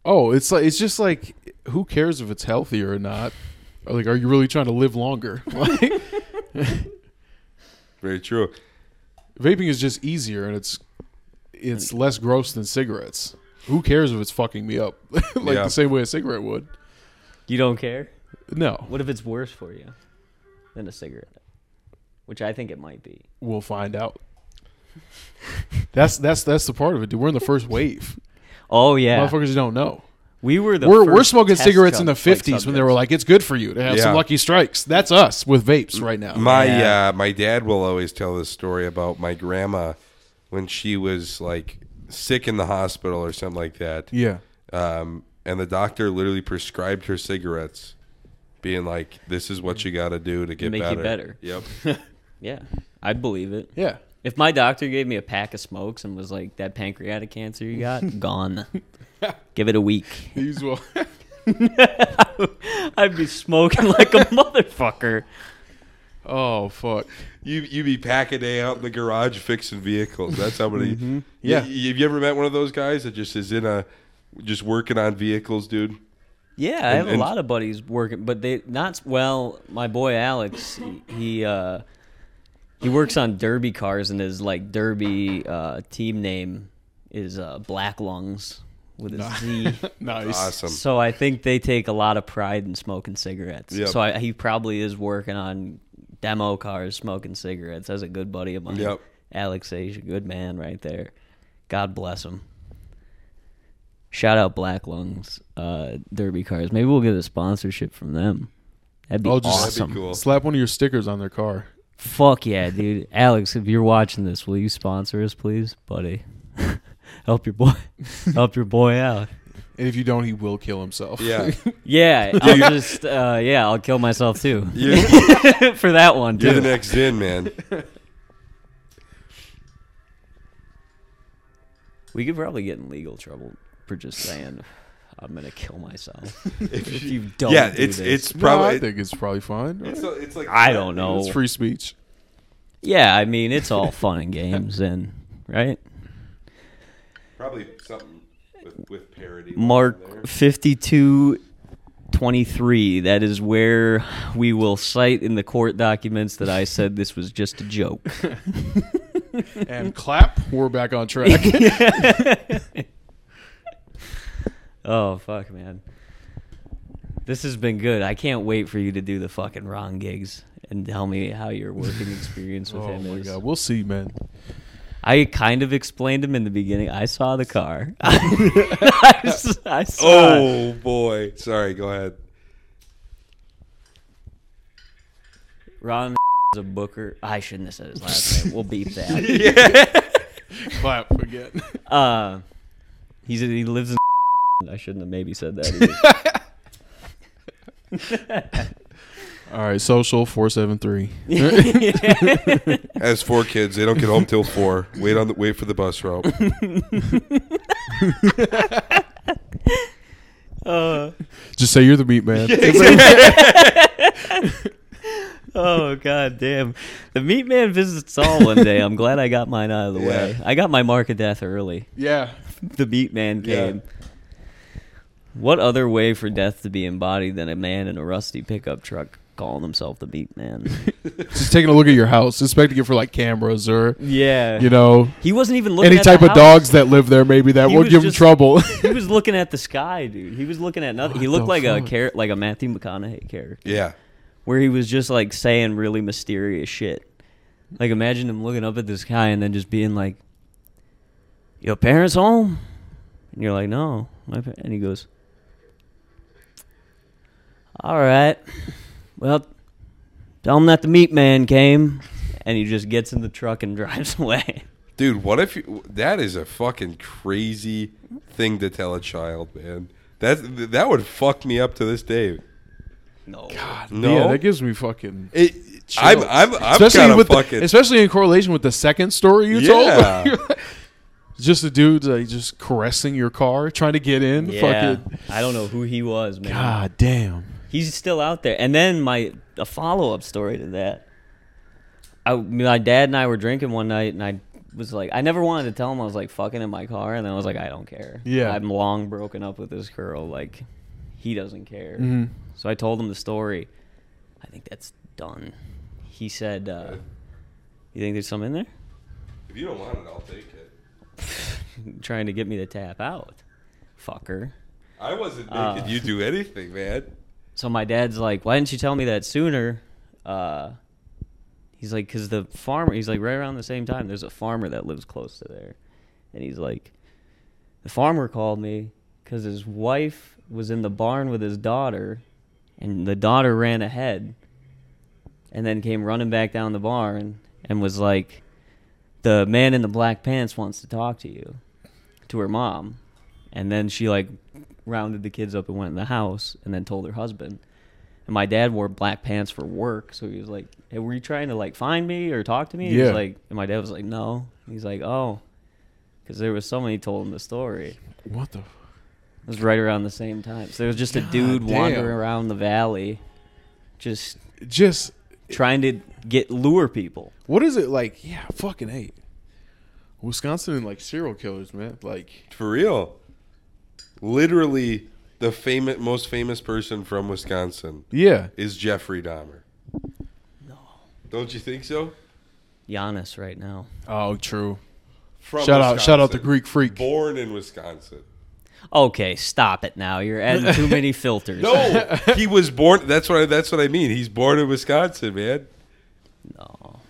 C: Oh, it's like it's just like who cares if it's healthy or not? Or, Like, are you really trying to live longer? Like,
B: very true.
C: vaping is just easier and it's it's less gross than cigarettes. Who cares if it's fucking me up? like
B: Yeah.
C: the same way a cigarette would.
A: You don't care?
C: No,
A: What if it's worse for you than a cigarette? Which I think it might be.
C: we'll find out. That's that's that's the part of it, dude. We're in the first wave.
A: Oh yeah,
C: Motherfuckers don't know.
A: we were the
C: we're
A: first
C: we're smoking
A: test
C: cigarettes in the
A: sub-
C: fifties when they were
A: subjects.
C: like, "It's good for you to have
B: Yeah.
C: some lucky strikes." That's us with vapes right now.
B: My
A: Yeah.
B: uh, my dad will always tell this story about my grandma when she was like sick in the hospital or something like that.
C: yeah,
B: Um, and the doctor literally prescribed her cigarettes, being like, "This is what you got to do to get
A: make you
B: better."
A: better.
B: Yep.
A: yeah, I'd believe it.
C: yeah.
A: If my doctor gave me a pack of smokes and was like, "That pancreatic cancer you got, gone. Give it a week."
C: These will.
A: I'd be smoking like a motherfucker.
C: oh fuck.
B: you you be pack a day out in the garage fixing vehicles. That's how many.
C: Yeah.
B: Y- y- have you ever met one of those guys that just is in a just working on vehicles, dude?
A: Yeah, I have a
B: and-
A: lot of buddies working, but they not well. My boy Alex, he- he uh, he works on derby cars, and his like derby uh, team name is uh, Black Lungs with a Z.
C: Nice.
B: Awesome.
A: So I think they take a lot of pride in smoking cigarettes.
B: Yep.
A: So I, he probably is working on demo cars, smoking cigarettes. That's a good buddy of mine.
B: Yep.
A: Alex Asia, good man right there. God bless him. Shout out Black Lungs uh, Derby Cars. Maybe we'll get a sponsorship from them. That'd be
C: I'll just
A: awesome.
B: Oh, That'd be cool.
C: slap one of your stickers on their car.
A: Fuck yeah, dude. Alex, if you're watching this, will you sponsor us, please, buddy? help your boy, help your boy out.
C: And if you don't, he will kill himself.
B: Yeah.
A: Yeah, I'll just uh, yeah, I'll kill myself too
B: You're,
A: for that one
B: you're the
A: too.
B: next in, man.
A: We could probably get in legal trouble for just saying I'm gonna kill myself if you don't.
B: yeah,
A: do
B: it's
A: this."
B: it's
C: Probably. I
B: probably
C: think it's probably fine.
B: it's, it's like
A: I don't know.
C: It's free speech.
A: Yeah, I mean it's all fun and games, and right.
B: Probably something with, with parody.
A: Mark fifty two twenty three. That is where we will cite in the court documents that I said this was just a joke.
C: And clap. We're back on track.
A: Oh fuck, man. This has been good. I can't wait for you to do the fucking Ron gigs and tell me how your working experience with
C: oh
A: him
C: my
A: is.
C: god. We'll see, man.
A: I kind of explained him in the beginning. I saw the car. I, s- I saw.
B: Oh boy. Sorry. Go ahead.
A: Ron is a booker. I shouldn't have said his last name. We'll beep that.
C: Clap again.
A: Uh, he's he lives in. I shouldn't have maybe said that. Either.
C: All right. Social four seven three.
B: As four kids, they don't get home till four. Wait on the wait for the bus route.
A: Uh,
C: Just say you're the meat man.
A: oh god damn! The meat man visits all one day. I'm glad I got mine out of the way.
B: Yeah.
A: I got my mark of death early.
C: yeah.
A: the meat man
B: Yeah.
A: came. What other way for death to be embodied than a man in a rusty pickup truck calling himself the meat man?
C: Just taking a look at your house, inspecting it for like cameras or
A: yeah.
C: you know
A: he wasn't even looking
C: any
A: at
C: type
A: the
C: of
A: house.
C: dogs that live there. Maybe that
A: He
C: will
A: was
C: give them
A: just-
C: trouble.
A: He was looking at the sky, dude. He was looking at nothing. he
C: What
A: looked
C: the
A: like a
C: fuck?
A: char- like a Matthew McConaughey character
B: Yeah.
A: where he was just like saying really mysterious shit. Like imagine him looking up at the sky and then just being like Your parents home? And you're like, "No." My pa-. and he goes, "All right. Well, tell him that the meat man came." And he just gets in the truck and drives away.
B: Dude, what if you, that is a fucking crazy thing to tell a child, man? That that would fuck me up to this day.
A: No.
B: No,
C: Yeah, that gives me fucking.
B: it, I'm I'm I'm kind
C: especially
B: of
C: with the-
B: fucking.
C: especially in correlation with the second story you
B: Yeah.
C: told. just a dude like just caressing your car, trying to get in.
A: Yeah.
C: Fucking
A: I don't know who he was, man.
C: god damn.
A: He's still out there. And then my a follow up story to that. I, my dad and I were drinking one night, and I was like, I never wanted to tell him I was like fucking in my car, and then I was like, I don't care.
C: Yeah.
A: I'm long broken up with this girl. Like, he doesn't care.
C: Mhm.
A: So I told him the story. I think that's done. He said, uh, "You think there's some in there?"
B: if you don't want it, I'll take it.
A: Trying to get me to tap out, fucker.
B: I wasn't
C: Ah.
A: Uh.
B: making you do anything, man.
A: so my dad's like, why didn't you tell me that sooner? Uh, he's like, because the farmer, he's like, right around the same time, there's a farmer that lives close to there. And he's like, the farmer called me because his wife was in the barn with his daughter, and the daughter ran ahead and then came running back down the barn and was like, the man in the black pants wants to talk to you, to her mom. And then she like rounded the kids up and went in the house and then told her husband. And my dad wore black pants for work, so he was like, "Hey, were you trying to like find me or talk to me?" He
C: Yeah.
A: was like, and my dad was like, "No." He's like, "Oh." Cuz there was someone who told him the story.
C: What the
A: It was right around the same time. So there was just a
C: God
A: dude wandering
C: damn.
A: around the valley just
C: just
A: trying to get lure people.
C: what is it like? Yeah, fucking hate. Wisconsin and like serial killers, man. Like
B: For real. Literally, the famous, most famous person from Wisconsin
C: yeah.
B: is Jeffrey Dahmer. No. Don't you think so?
A: Giannis right now.
C: Oh, true.
B: From
C: Shout out- shout out to
B: Wisconsin.
C: Greek Freak.
B: Born in Wisconsin.
A: Okay, stop it now. You're adding too many filters.
B: No, he was born. That's what. I, that's what I mean. He's born in Wisconsin, man.
A: No.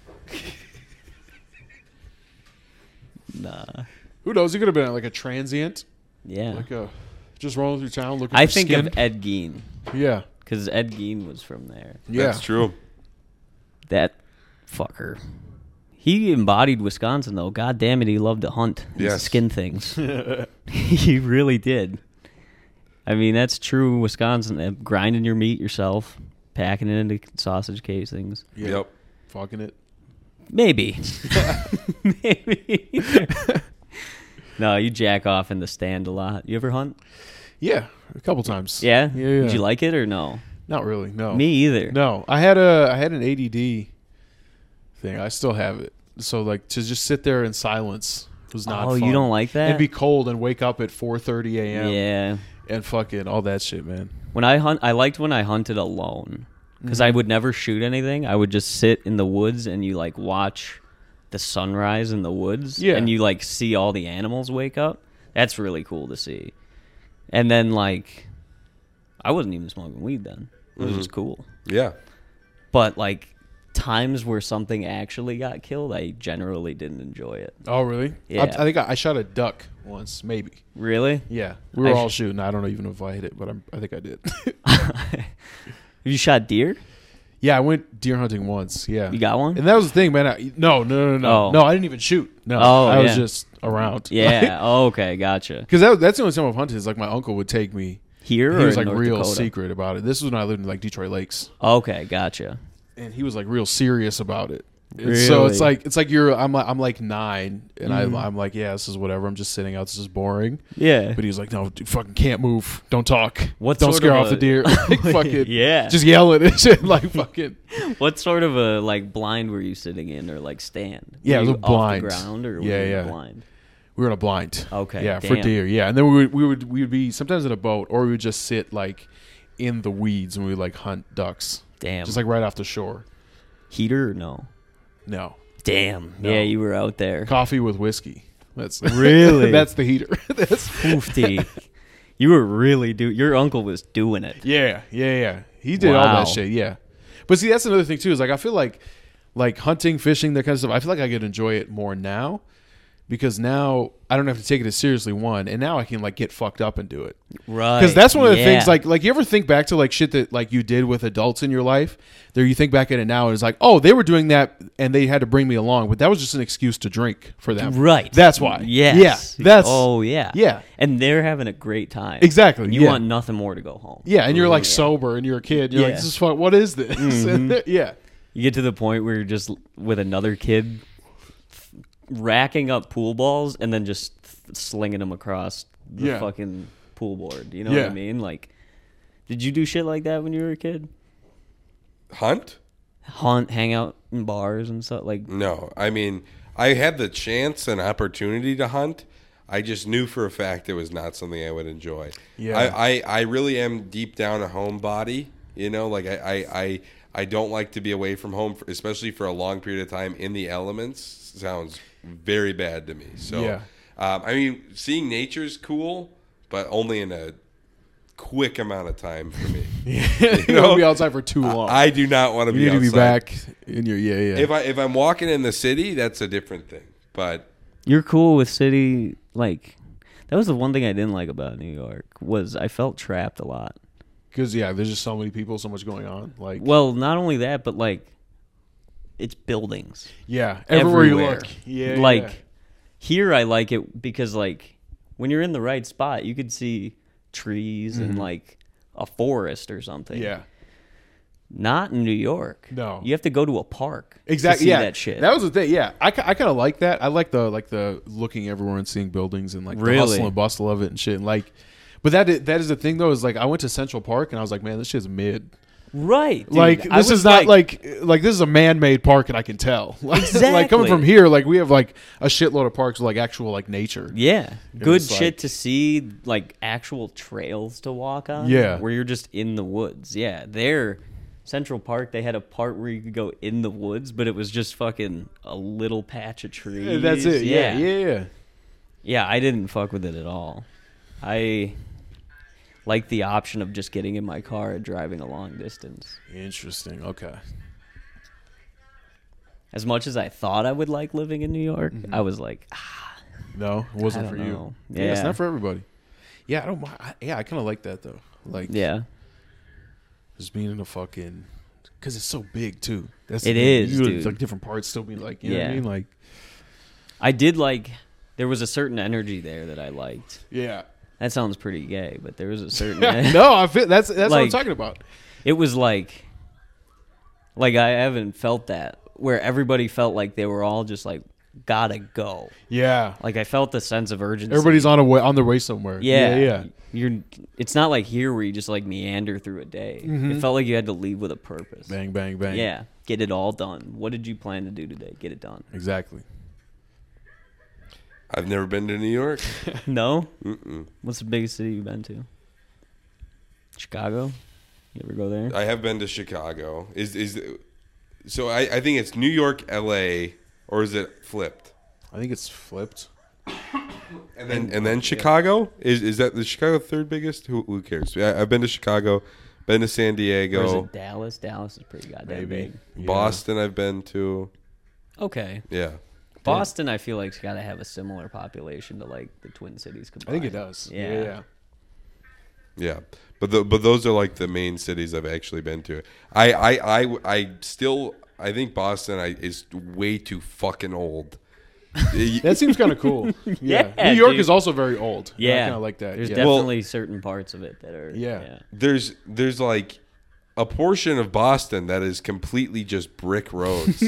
A: nah.
C: Who knows? He could have been like a transient,
A: Yeah.
C: like a just rolling through town looking.
A: I
C: for
A: think
C: skin.
A: of Ed Gein
C: yeah,
A: because Ed Gein was from there.
C: yeah.
B: That's true.
A: That fucker. He embodied Wisconsin though. God damn it, he loved to hunt and
B: Yes.
A: skin things. he really did. I mean, that's true Wisconsin. uh, Grinding your meat yourself, packing it into sausage casings.
C: Yeah.
B: Yep.
C: Fucking it.
A: Maybe. Maybe. no, you jack off in the stand a lot. You ever hunt?
C: Yeah, a couple times.
A: Yeah?
C: yeah. yeah.
A: Did you like it or no?
C: Not really. No.
A: Me either.
C: No, I had a I had an ADD thing. I still have it. So like to just sit there in silence was not.
A: Oh, you
C: fun.
A: don't like that?
C: And be cold and wake up at 4:30 a.m.
A: Yeah.
C: and fucking all that shit, man.
A: When I hunt, I liked when I hunted alone because
C: Mm-hmm.
A: I would never shoot anything. I would just sit in the woods and you like watch the sunrise in the woods.
C: Yeah.
A: And you like see all the animals wake up. That's really cool to see. And then like, I wasn't even smoking weed then. It
C: Mm-hmm.
A: was just cool.
B: Yeah.
A: But like times where something actually got killed, I generally didn't enjoy it.
C: Oh, really?
A: Yeah.
C: I, I think I, I shot a duck once, maybe.
A: Really?
C: Yeah, we were
A: I
C: all
A: sh-
C: shooting. I don't know even if I hit it, but I'm, I think I did.
A: Have you shot deer?
C: yeah, I went deer hunting once. Yeah,
A: You got one?
C: And that was the thing, man. I, no, no, no, no,
A: Oh.
C: no. I didn't even shoot. No,
A: Oh,
C: I was
A: yeah.
C: just around.
A: Yeah. okay. Gotcha.
C: because that, was- that's the only time I've hunted. Is like my uncle would take me.
A: Here
C: he
A: or
C: was
A: in
C: like
A: North
C: real
A: Dakota?
C: secret about it. This was when I lived in like Detroit Lakes,
A: Okay. Gotcha.
C: and he was like real serious about it. And So it's
A: Really? Mm-hmm.
C: like it's like you're I'm like I'm like nine, and I, I'm like yeah, this is whatever. I'm just sitting out. This is boring.
A: Yeah.
C: But he was like, no, dude, fucking can't move. Don't talk.
A: What
C: Don't
A: sort
C: scare
A: of
C: off
A: a-
C: the deer. Like, fucking
A: Yeah.
C: Just yell at it. shit, like fucking.
A: What sort of a like blind were you sitting in or like stand? Were
C: Yeah, it was
A: you
C: a
A: off
C: blind.
A: the ground or were
C: Yeah,
A: you
C: yeah.
A: blind?
C: We were in a blind.
A: Okay,
C: Yeah, for
A: damn.
C: deer. Yeah, and then we would we would we would be sometimes in a boat, or we would just sit like in the weeds and we would like hunt ducks,
A: Damn.
C: just like right off the shore.
A: heater or no?
C: No
A: Damn.
C: No.
A: Yeah, you were out there.
C: coffee with whiskey. That's
A: Really?
C: that's the heater. that's
A: Oofty. you were really do. Your uncle was doing it.
C: Yeah, yeah, yeah. He did all
A: Wow.
C: that shit. Yeah, but see, that's another thing too. Is like I feel like like hunting, fishing, that kind of stuff. I feel like I could enjoy it more now because now I don't have to take it as seriously one, and now I can like get fucked up and do it.
D: Right.
C: Because that's one of the things
D: yeah.
C: like like you ever think back to like shit that like you did with adults in your life. There you think back at it now and it's like, oh, they were doing that and they had to bring me along, but that was just an excuse to drink for them.
D: Right.
C: That's why.
D: Yes.
C: Yeah. That's
A: oh yeah,
C: yeah.
A: And they're having a great time.
C: Exactly,
A: You
C: yeah.
A: want nothing more to go home.
C: yeah, and you're like sober and you're a kid. You're like,
A: Yeah.
C: this is fuck. What is this? yeah.
A: You get to the point where you're just l- with another kid f- racking up pool balls and then just th- slinging them across the
C: Yeah.
A: fucking pool board. You know what
C: Yeah.
A: I mean? Like, did you do shit like that when you were a kid?
B: Hunt?
A: Haunt, hang out in bars and stuff. Like,
B: No, I mean, I had the chance and opportunity to hunt. I just knew for a fact it was not something I would enjoy.
C: Yeah.
B: I, I, I really am deep down a homebody. You know, like I, I, I, I don't like to be away from home, for, especially for a long period of time in the elements. Sounds very bad to me. So,
C: Yeah.
B: um, I mean, seeing nature's cool, but only in a quick amount of time for me.
C: you
B: know?
C: don't be outside for too long.
B: I do not want to be.
C: you need to be
B: outside.
C: back in your yeah yeah.
B: If I if I'm walking in the city, that's a different thing. But
A: you're cool with city. Like, that was the one thing I didn't like about New York was I felt trapped a lot.
C: Because yeah, there's just so many people, so much going on. Like
A: Well, not only that, but like, it's buildings.
C: yeah, everywhere, you
A: everywhere.
C: look. Yeah,
A: like
C: yeah.
A: here I like it because like when you're in the right spot, you could see trees and like a forest or something.
C: Mm-hmm. yeah.
A: Not in New York.
C: No.
A: You have to go to a park. to
C: Exactly.
A: see
C: yeah,
A: That shit.
C: That was the thing. Yeah, I, ki- I kind of like that. I like the like the looking everywhere and seeing buildings and like the
A: Really?
C: hustle and bustle of it and shit. And like, but that i- that is the thing though. Is like I went to Central Park and I was like, man, this shit's mid.
A: right. dude.
C: like
A: I
C: this
A: was
C: is not like, like this is a man made park and I can tell. Like, like coming
A: Exactly.
C: from here, like we have like a shitload of parks with like actual like nature.
A: yeah, good
C: was like-
A: shit to see, like actual trails to walk on.
C: Yeah.
A: where you're just in the woods. Yeah, there, Central Park, they had a part where you could go in the woods, but it was just fucking a little patch of trees.
C: Yeah, that's it.
A: yeah.
C: Yeah, yeah, yeah.
A: Yeah, I didn't fuck with it at all. I like the option of just getting in my car and driving a long distance.
C: Interesting. Okay.
A: As much as I thought I would like living in New York, I was like, ah,
C: No, it
A: I
C: wasn't
A: don't
C: for
A: know.
C: you. Yeah. it's
A: Yeah.
C: not for everybody. Yeah, I don't. mi- I, yeah, I kind of like that though. Like,
A: yeah,
C: just being in a fucking because it's so big too. That's
A: It
C: the thing.
A: is,
C: You go to,
A: dude.
C: Like different parts still being like, you know what I
A: Yeah.
C: mean? Like,
A: I did like. There was a certain energy there that I liked.
C: yeah.
A: That sounds pretty gay, but there was a certain.
C: no, I feel that's that's what I'm
A: Like-
C: talking about.
A: It was like, like I haven't felt that where everybody felt like they were all just like gotta go.
C: Yeah,
A: Like I felt the sense of urgency.
C: everybody's on a way on their way somewhere.
A: Yeah,
C: yeah.
A: You're. It's not like here where you just like meander through a day.
C: Mm-hmm.
A: It felt like you had to leave with a purpose.
C: Bang, bang, bang.
A: Yeah, get it all done. What did you plan to do today? Get it done.
C: exactly.
B: I've never been to New York.
A: no.
B: Mm-mm.
A: What's the biggest city you've been to? Chicago. You ever go there?
B: I have been to Chicago. Is is so? I, I think it's New York, L.A., or is it flipped?
C: I think it's flipped.
B: And then and then Chicago is is that the Chicago third biggest? Who, who cares? I, I've been to Chicago, been to
A: Or
B: San
A: is
B: Diego,
A: it Dallas? Dallas is pretty goddamn
C: Maybe
A: big.
B: Boston. I've been to.
A: Okay.
B: Yeah,
A: Boston, I feel like's got to have a similar population to like the Twin Cities
C: I
A: combined.
C: think it does. Yeah, yeah. yeah.
B: yeah. But the, but those are like the main cities I've actually been to. I I I, I still I think Boston I, is way too fucking old.
C: That seems kind of cool. yeah.
A: Yeah,
C: New York
A: dude.
C: is also very old. I
A: Yeah,
C: kind of like that.
A: There's
C: yeah.
A: definitely certain parts of it that are.
C: Yeah.
B: there's there's like a portion of Boston that is completely just brick roads.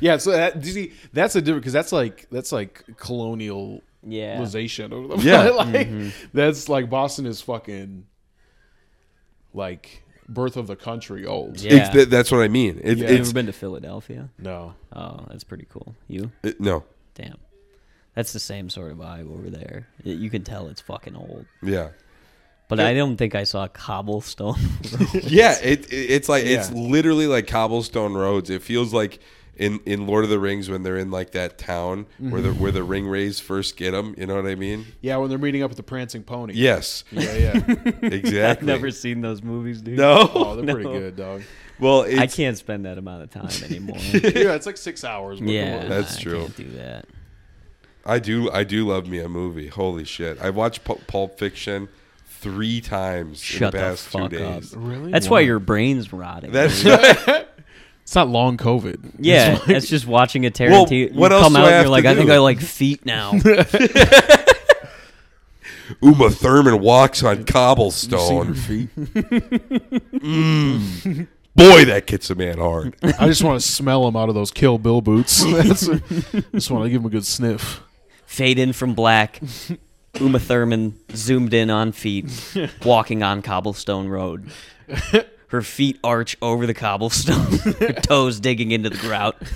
C: Yeah, so that, do you see, that's a different because that's like that's like colonialization.
A: Yeah. Mm-hmm.
C: Or
B: Yeah.
C: like that's like Boston is fucking like birth of the country old.
A: Yeah.
B: It's that that's what I mean. It,
C: Yeah.
A: You
B: It's
A: ever been to Philadelphia?
C: No,
A: Oh, that's pretty cool. You?
B: it- no,
A: Damn. That's the same sort of vibe over there. Y- You can tell it's fucking old.
B: yeah,
A: But I don't think I saw cobblestone. road.
B: yeah. It, it it's like it's
C: Yeah.
B: literally like cobblestone roads. It feels like in in Lord of the Rings when they're in like that town where
C: Mm-hmm.
B: the where the ring rays first get them. You know what I mean?
C: yeah, when they're meeting up with the prancing pony.
B: Yes,
C: yeah, yeah.
B: exactly.
A: I've never seen those movies, dude.
B: no.
C: Oh, they're pretty good, dog.
B: Well, it's,
A: I can't spend that amount of time anymore.
C: Yeah, it's like six hours. worth of
A: yeah.
C: work.
B: That's
A: I
B: true.
A: can't do that.
B: I do. I do love me a movie. Holy shit! I watched Pul- Pulp Fiction three times
A: Shut
B: in
A: the
B: the past
A: fuck
B: two
A: up.
B: days.
C: Really?
A: That's why your brain's rotting.
B: That's
C: It's not long COVID.
A: yeah,
C: It's like-
A: that's just watching a
B: Well,
A: Tarantino. you
B: what else
A: come
B: do
A: out
B: I
A: and
B: have
A: you're
B: to
A: like, I think
B: do?"
A: I like feet now.
B: Uma Thurman walks on cobblestone.
C: feet.
B: Boy, that gets a man hard.
C: I just want to smell him out of those Kill Bill boots. That's I just want to give him a good sniff.
A: Fade in from black. Uma Thurman zoomed in on feet, walking on cobblestone road. Her feet arch over the cobblestone, her toes digging into the grout.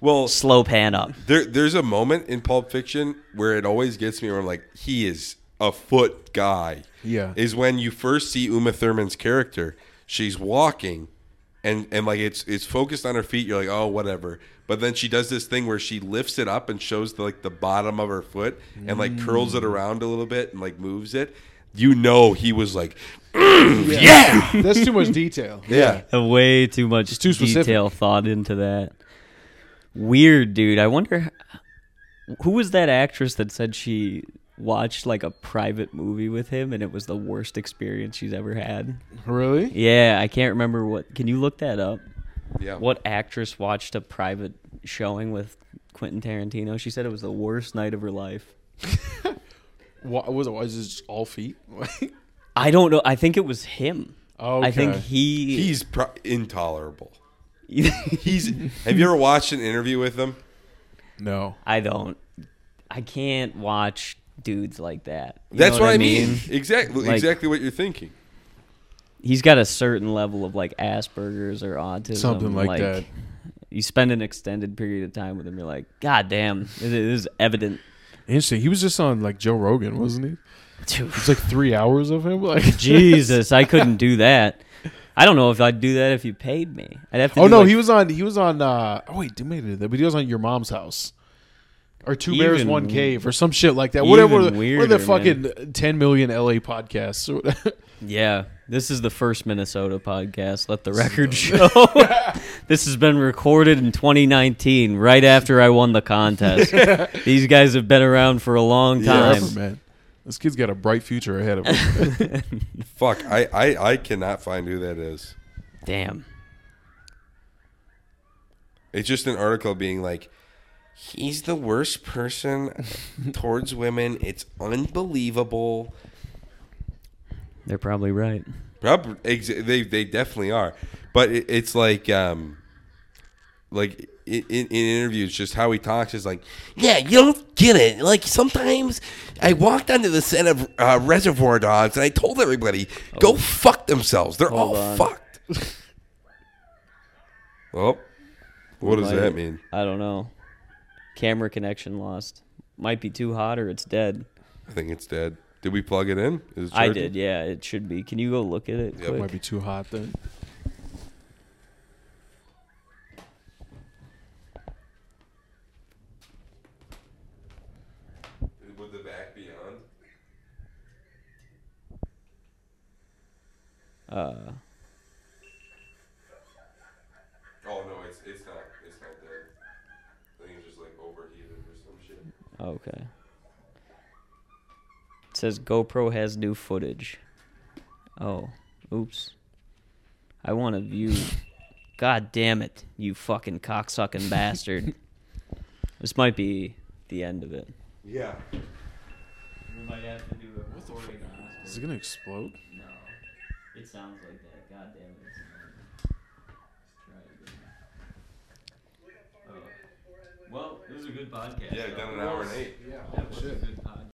B: Well,
A: Slow pan up.
B: there, there's a moment in Pulp Fiction where it always gets me where I'm like, he is a foot guy.
C: Yeah.
B: Is when you first see Uma Thurman's character. She's walking and, and like it's it's focused on her feet. You're like, oh, whatever. But then she does this thing where she lifts it up and shows the, like the bottom of her foot and like curls it around a little bit and like moves it. You know he was like,
C: Yeah, that's too much detail.
B: yeah.
A: Way too much
C: too specific.
A: detail thought into that. Weird, dude. I wonder who was that actress that said she watched like a private movie with him and it was the worst experience she's ever had.
C: Really?
A: Yeah, I can't remember what. Can you look that up?
B: Yeah.
A: What actress watched a private showing with Quentin Tarantino? She said it was the worst night of her life.
C: Why, was it? Was it just all feet?
A: I don't know. I think it was him. I think
C: Okay.
A: he.
B: He's pro- intolerable.
A: He's.
B: He's. have you ever watched an interview with him?
C: no.
A: I don't. I can't watch dudes like that. You
B: That's
A: know
B: what, I mean. Exactly.
A: Like-
B: exactly what you're thinking.
A: He's got a certain level of like Asperger's or autism.
C: Something like that.
A: You spend an extended period of time with him, you're like, God damn, it is evident.
C: Interesting. He was just on like Joe Rogan, wasn't he?
A: Dude.
C: It's like three hours of him. Like,
A: Jesus, I couldn't do that. I don't know if I'd do that if you paid me. I'd have to.
C: oh
A: do,
C: no,
A: like,
C: he was on. He was on. uh Oh wait, did made it that, but he was on Your Mom's House. Or two bears,
A: Even
C: one
A: w-
C: cave, or some shit like that. Whatever.
A: Even
C: Weirder, the
A: weirder,
C: fucking ten million LA podcasts. or whatever.
A: Yeah, this is the first Minnesota podcast. Let the record show. this has been recorded in 2019, right after I won the contest. These guys have been around for a long time.
C: Forever, man. This kid's got a bright future ahead of him.
B: Fuck. I, I, I cannot find who that is.
A: Damn.
B: It's just an article being like, he's the worst person towards women. It's unbelievable.
A: They're probably right.
B: Prob- ex- they they definitely are, but it, it's like um, like in, in, in interviews, just how he talks is like, yeah, you don't get it. Like sometimes I walked onto the set of uh, Reservoir Dogs and I told everybody, go fuck themselves. They're all
A: Oh. Hold on.
B: fucked. well, what does
A: Might-
B: that mean?
A: I don't know. Camera connection lost. Might be too hot or it's dead.
B: I think it's dead. Did we plug it in? Is it
A: I
B: charging?
A: did. Yeah, it should be. Can you go look at it? quick?
C: Might be too hot then.
B: Would the back be on?
A: Uh,
B: Oh no, it's it's not it's not dead. I think it's just like overheated or some shit.
A: Okay. It says GoPro has new footage. Oh, oops. I want to view. God damn it, you fucking cocksucking bastard. This might be the end of it.
B: Yeah.
A: We might have to do a recording on
C: Is it gonna explode?
A: No. It sounds like that. God damn it. Well, this is a good podcast. Oh.
B: Yeah, done an hour and eight.
C: Yeah. Shit.